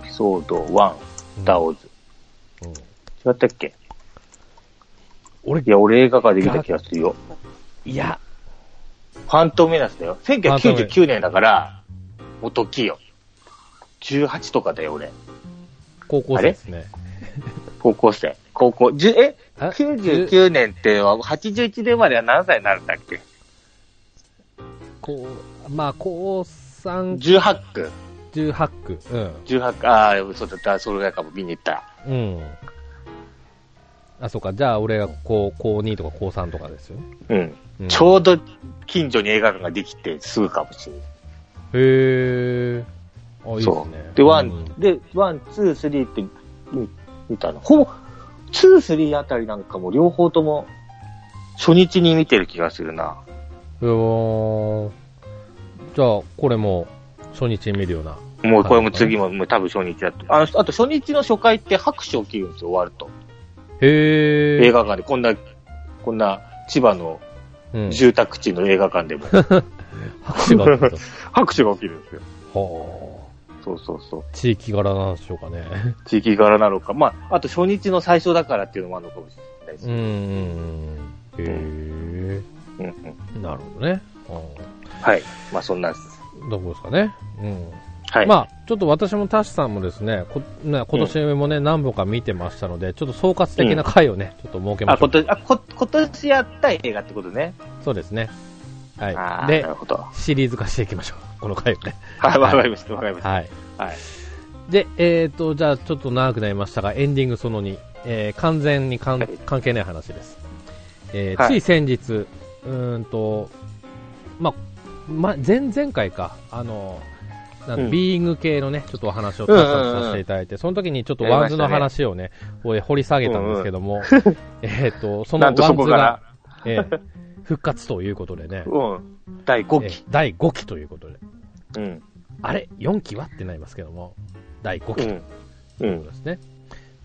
B: ピソード1、スター・ウォーズ。
A: うん
B: 違ったっけ
A: 俺
B: い、や、俺映画館で見た気がするよ。
A: いや、
B: ファントムメナスだよ。1999年だから、もう時よ。18とかだよ、俺。
A: 高校生ですね。
B: 高校生。高校、じゅえ
A: あ
B: ?99 年って、81年までは何歳になるんだっけ
A: こう、まあ、高3、
B: ?18 区。
A: 18区。
B: 18区。ああ、そうだった。それぐらいかも、見に行ったら。
A: うん。うん。あ、そうか。じゃあ、俺が高高2とか高3とかですよ。
B: うん。
A: うん
B: ちょうど近所に映画館ができてすぐかもしれない。
A: へえ。あ、いいです
B: そ
A: ね。
B: う。で、ワ
A: うん
B: ン、で、ワン、ツー、スリーって見見たの。ほぼ、ツー、スリーあたりなんかも両方とも初日に見てる気がするな。
A: うわーじゃあ、これも初日に見るような。
B: もうこれも次ももう多分初日だと。あの、あと初日の初回って拍手を切るんですよ、終わると。
A: へえ。
B: 映画館で、こんな、こんな千葉の
A: うん、
B: 住宅地の映画館 でも
A: 拍手があったと。
B: 拍手が起きるんですよ。
A: は
B: そうそうそう。
A: あ。地域柄なんでしょうかね。
B: 地域柄なのか。まあ、あと初日の最初だからっていうのもあるのかもしれないし。
A: うんうんうん。へ
B: うんうん
A: え。なるほどね。うん
B: はい。まあそんなんです。
A: どこですかね。うん。
B: はい。
A: まあ、ちょっと私もタシさんもですね、こね今年もね、何本か見てましたので、ちょっと総括的な回をね、ちょっと設けま
B: あ、
A: しょ
B: 今
A: う。
B: 年、あ、こ、今年やった映画ってことね。
A: そうですね。
B: あ
A: は
B: あ、
A: い。で
B: なる、ほど。は
A: シリーズ化していきましょう。この回をね。
B: い、わかりました、わかりまし
A: はい。
B: た。はい。
A: で、えっ、ー、と、じゃあちょっと長くなりましたが、エンディングその2、えー完全にかん
B: はい
A: 関係ない話です。えー
B: はい
A: つい先日、うーんと、ま、ま、前々回か、あの、なん
B: うん
A: ビーイング系のね、ちょっとお話をたくさんさせていただいて、その時にちょっとワンズの話をね、こう掘り下げたんですけども、えっ と、その
B: な
A: ワ
B: ん
A: ン
B: とそこ
A: ズ
B: か
A: が
B: ら、、
A: えー復活ということでね、
B: うん。第5
A: えー
B: 期。
A: 第5期ということで、
B: うん。
A: あれ ?4 期はってなりますけども、第5期と
B: うん。
A: と
B: う
A: いうこ
B: ん
A: と。ですね。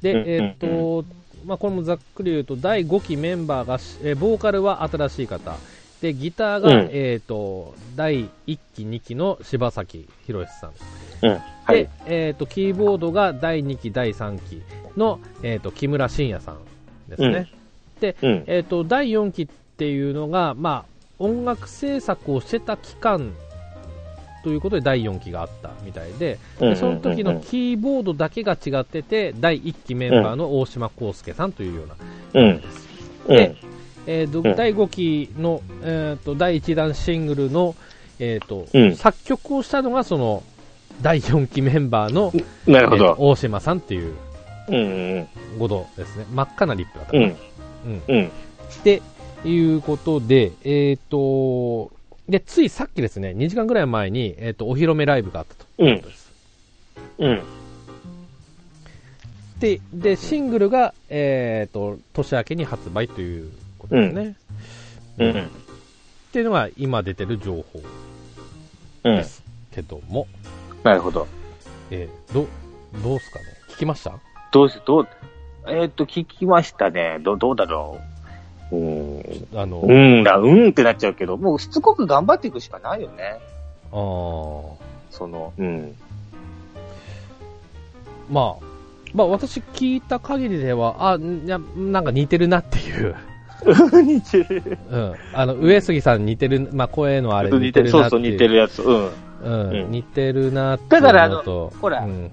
A: で、
B: うん
A: えーっと、まあ、これもざっくり言うと、第5期メンバーがし、えーボーカルは新しい方、で、ギターが、
B: うん
A: えーっと、第1期、2期の柴崎宏さん。
B: うん。は
A: で
B: い。、
A: えーっと、キーボードが第2期、第3期の、えーっと、木村信也さんですね。
B: うん。
A: えーっと、第4期っていうのが、まあ、音楽制作をしてた期間ということで第4期があったみたいで、
B: うん
A: でその時のキーボードだけが違ってて、第1期メンバーの大島康介さんというような、
B: うん。うん。
A: でえーと
B: うん
A: 第5期の、えー、と第1弾シングルの、えーと
B: うん
A: 作曲をしたのが、その第4期メンバーの、
B: なるほ
A: えー
B: ど。
A: 大島さんっていう
B: うん。うん。
A: ことですね、真っ赤なリップだったか
B: う
A: な。
B: ん。
A: うん
B: うん。
A: っていうことで、えー、とでついさっきですね、2時間ぐらい前に、えー、とお披露目ライブがあったということです。
B: うん。
A: で、で、シングルが、えっ、と、年明けに発売ということですね。
B: う
A: っ
B: ん。
A: ていうのが今出てる情報
B: うん
A: で。すけども、
B: なるほど。
A: えーど、どうすかね聞きました
B: どうし、どう、えーっと、聞きましたね。ど、どうだろう。うん。
A: あの、あ
B: うんだ、うんってなっちゃうけど、もうしつこく頑張っていくしかないよね。
A: ー
B: その、うん。
A: まあ、まあ私聞いた限りでは、あ、んいやなんか似てるなっていう。
B: 似てる。
A: うん。あの、上杉さん似てる、まあ声のあれ似て
B: 似て
A: る
B: る。
A: な
B: そう
A: って
B: そ
A: いう
B: う、。似てるやつ。うん。
A: うん。
B: うん
A: 似てるなっていうのと。
B: だからあのほら
A: うん、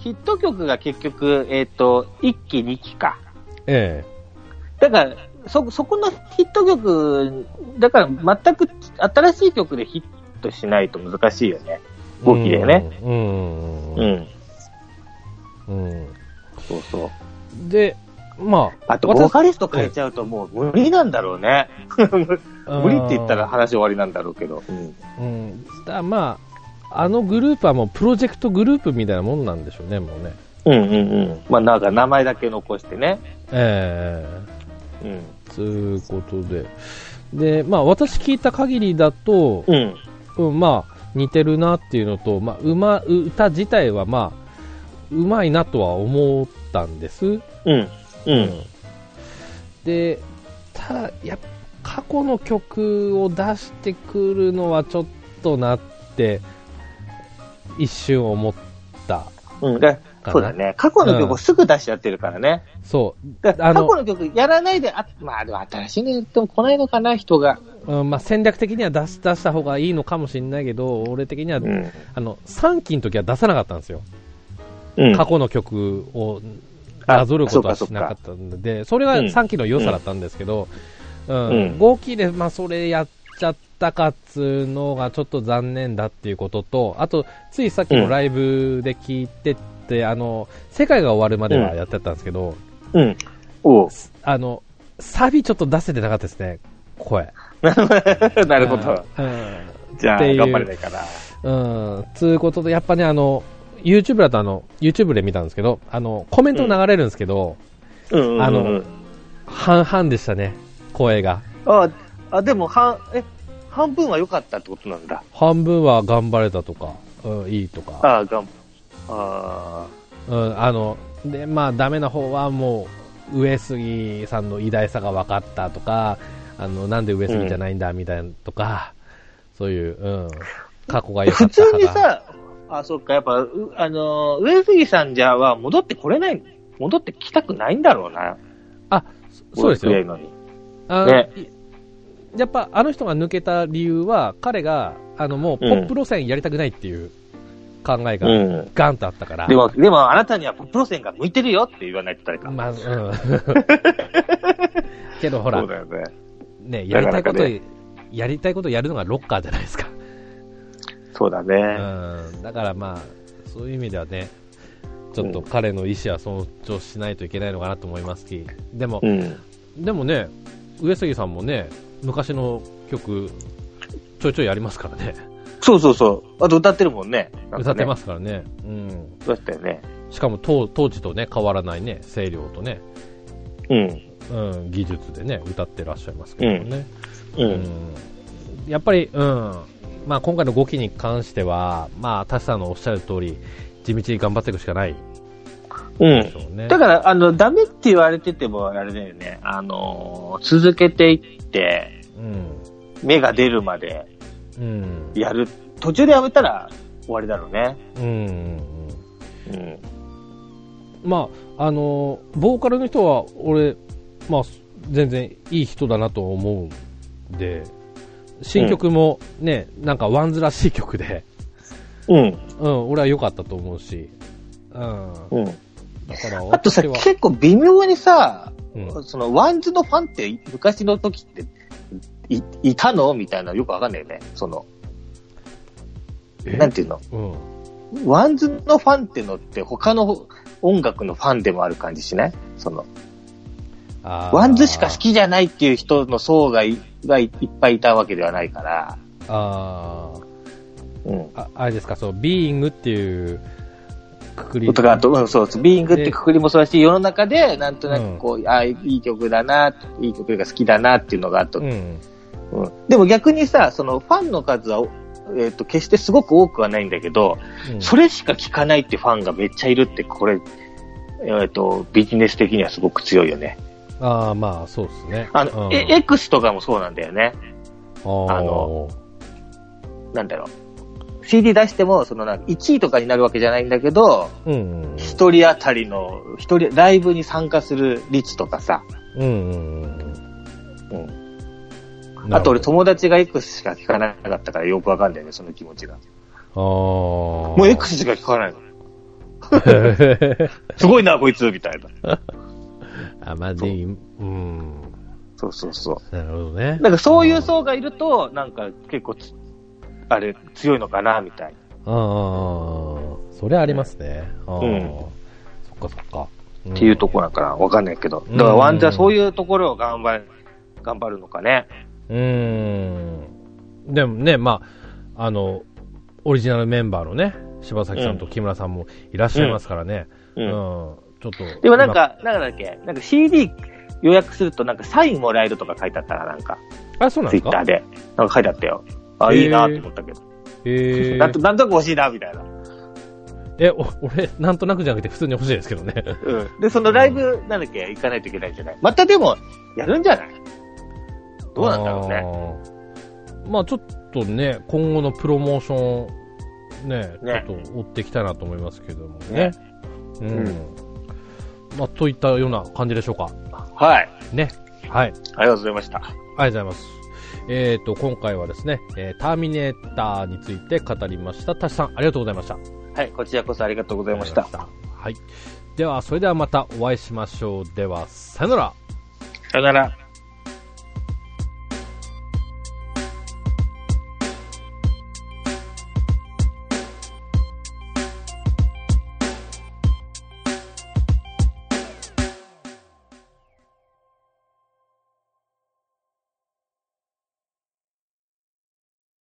B: ヒット曲が結局、えーっと、1期、2期か。
A: え
B: だから、そ、そこのヒット曲、だから全く新しい曲でヒットしないと難しいよね。
A: え。
B: 5期だよね。
A: うん。
B: う
A: うん。
B: ん。
A: うん。
B: そうそう。
A: で、まあ、
B: あと、
A: 私
B: ボーカリスト変えちゃうともう無理なんだろうね。無理って言ったら、話終わりなんだろうけど。うん。
A: うん、だまあ、あのグループはもうプロジェクトグループみたいなもんなんでしょうね、もうね。
B: うんうんうん。まあなんか名前だけ残してね。
A: え
B: うん。
A: えということで。で、まあ、私聞いた限りだと、
B: うん。
A: うん、まあ、似てるなっていうのと、まあ、うま、う歌自体はまあ、うまいなとは思ったんです。
B: うん。うん。
A: で、ただ、やっぱ過去の曲を出してくるのはちょっとなって、一瞬思った。
B: うん。だそうだね。過去の曲をすぐ出しちゃってるからね。
A: そう。
B: だか
A: あ
B: ら過
A: の
B: 去の曲やらないで、あまあでも新しいの言っても来ないのかな、人が。
A: うんまあ、戦略的には出し出した方がいいのかもしれないけど、俺的には、
B: うん。
A: あの3期の時は出さなかったんですよ、
B: うん。
A: 過去の曲を
B: あ
A: なぞることは
B: そうかそう
A: し
B: か
A: なかったんで、それが3期の良さだったんですけど、うん
B: うん
A: 合計で、まあ、それやっちゃったかっつうのがちょっと残念だっていうことと、あと、ついさっきもライブで聞いてって、あの世界が終わるまではやってたんですけど、
B: うん。おう
A: あのサビちょっと出せてなかったですね、声。
B: なるほど。
A: うん
B: じゃ
A: っ
B: あ、
A: ていう
B: 頑張れないから。
A: うん、つうことで、やっぱね、あの、YouTube だとあの、YouTube で見たんですけど、あの、コメント流れるんですけど、
B: うんうんうん。
A: あの半々でしたね、声が。
B: あ、あ、でも、半、え、半分は良かったってことなんだ。
A: 半分は頑張れたとか、うん、いいとか、
B: ああ、がん、あ
A: うん、あの、で、まあ、ダメな方はもう、上杉さんの偉大さが分かったとか、あの、なんで上杉じゃないんだ、みたいなとか、そういう、うん、過去が
B: あ。
A: 良か
B: 普
A: った
B: 通
A: 派
B: に
A: が
B: さ、あ、そっか、やっぱ、うあのー、上杉さんじゃは戻ってこれない、戻ってきたくないんだろうな。
A: そうですよ
B: 俺。らのに
A: あ
B: ね
A: いやっぱあの人が抜けた理由は彼があのもうポップ路線やりたくないっていう考え
B: う
A: が
B: ん。
A: ガンとあったから、
B: でも、でも、あなたにはポップ路線が向いてるよって言わないと誰か。
A: まあうん けどほら
B: そう、だよね。
A: ね、やりたいこと
B: なかなかね
A: やりたいことやるのがロッカーじゃないですか、
B: そうだ
A: う
B: ね。
A: ん、だからまあそういう意味ではねちょっと彼の意思は尊重しないといけないのかなと思いますしでも、
B: うん。
A: でもね上杉さんもね昔の曲ちょいちょいやりますからね
B: そうそうそう。あと歌ってるもんね。。
A: 歌ってますすからね、うん、
B: そうだったよね。
A: しかも当当時とね変わらないね声量とね、
B: うん。
A: うん、技術でね歌ってらっしゃいますけどもね、
B: う
A: うん
B: ん。
A: やっぱり、うんまあ、今回の5期に関しては、まあ、田さんのおっしゃる通り地道に頑張っていくしかない
B: うん
A: でし。ょうね、
B: だから、あの、ダメって言われてても、あれだよね、あのー、続けていって、
A: うん
B: 芽が出るまで
A: うん
B: やる。途中でやめたら終わりだろうね。
A: うんうん
B: うん。
A: まああのボーカルの人は俺、まあ、全然いい人だなと思うんで新曲もね、なんかワンズらしい曲で
B: うん。
A: うん、俺は良かったと思うし。うん。
B: うん。
A: だから
B: あとさ、
A: 私は、
B: 結構微妙にさ、
A: うん、
B: その、ワンズのファンって昔の時って、い、いたのみたいなのよくわかんないよね。その、なんていうの
A: うん。
B: ワンズのファンってのって他の音楽のファンでもある感じしないその、
A: あー
B: ワンズしか好。きじゃないっていう人の層がいがいっぱいいたわけではないから、
A: あー
B: うん。
A: あ、あれですか、そう、ビーイングっていうくくり。
B: とか、あと、うん、そう、ビーイングってくくりもそうだし、世の中で、なんとなくこう、あいい曲だな、いい曲が好きだなっていうのがあった、
A: う
B: うん
A: ん。
B: でも逆にさ、そのファンの数は、えっ、と、決してすごく多くはないんだけど、
A: うん
B: それしか聞かないってファンがめっちゃいるって、これ、えっ、と、ビジネス的にはすごく強いよね。
A: ああ、まあ、そうですね。
B: あの、
A: うん
B: え X とかもそうなんだよね。あの
A: の、
B: なんだろう。CD 出しても、そのなんか1位とかになるわけじゃないんだけど、
A: うんうん。
B: 一人当たりの、一人、ライブに参加する率とかさ、
A: うんうんうん。
B: うん。
A: なるほど
B: あと俺友達が X しか聞かなかったからよくわかんないよね、その気持ちが。
A: あも
B: もう X しか聞かないの。すごいな、こいつ、みたいな。
A: あ、まあ、で、うん。
B: そうそうそ
A: なるほどね
B: う。。なんかそういう層がいると、なんか結構つ、あれ、強いのかな、みたい
A: あ
B: な。
A: あ、それありますね。あー
B: うん
A: そっかそっか。っ
B: っていうところだから、わかんないけど。
A: うん
B: だからワンジャそういうところを頑張る、頑張るのかね。
A: うーん。でもね、まあ、あの、オリジナルメンバーのね、柴崎さんと木村さんもいらっしゃいますからね。
B: う
A: うん。
B: ん。
A: ちょっと。
B: でもなんか、なんかだっけ、なんか CD 予約するとなんかサインもらえるとか書いてあったら、なんか、
A: 今、あ、そうなん
B: ツ
A: で
B: イ
A: す
B: ッタ
A: か
B: ーで。なんか書いてあったよ。あ、
A: へー
B: いいなって思ったけど。
A: へ
B: なんと
A: ー
B: なんとなく欲しいな、みたいな。
A: え、お俺、なんとなくじゃなくて普通に欲しいですけどね。
B: うん。で、そのライブ、なんだっけ、行かないといけないんじゃないまたでも、やるんじゃないどうなんだろうね。
A: あーまあちょっとね、今後のプロモーション、ね、
B: ね
A: ちょっと追っていきたいなと思いますけどもね。
B: ね
A: うん。
B: う
A: まあといったような感じでしょうか。
B: はい。
A: ね。はい。
B: ありがとうございました。
A: ありがとうございます。えっ、と、今回はですね、えーターミネーターについて語りました。タシさん、ありがとうございました。あり
B: はい、こちらこそありがとうございました。
A: がとうございましたはい。では、それではまたお会いしましょう。では、さよなら。
B: さよなら。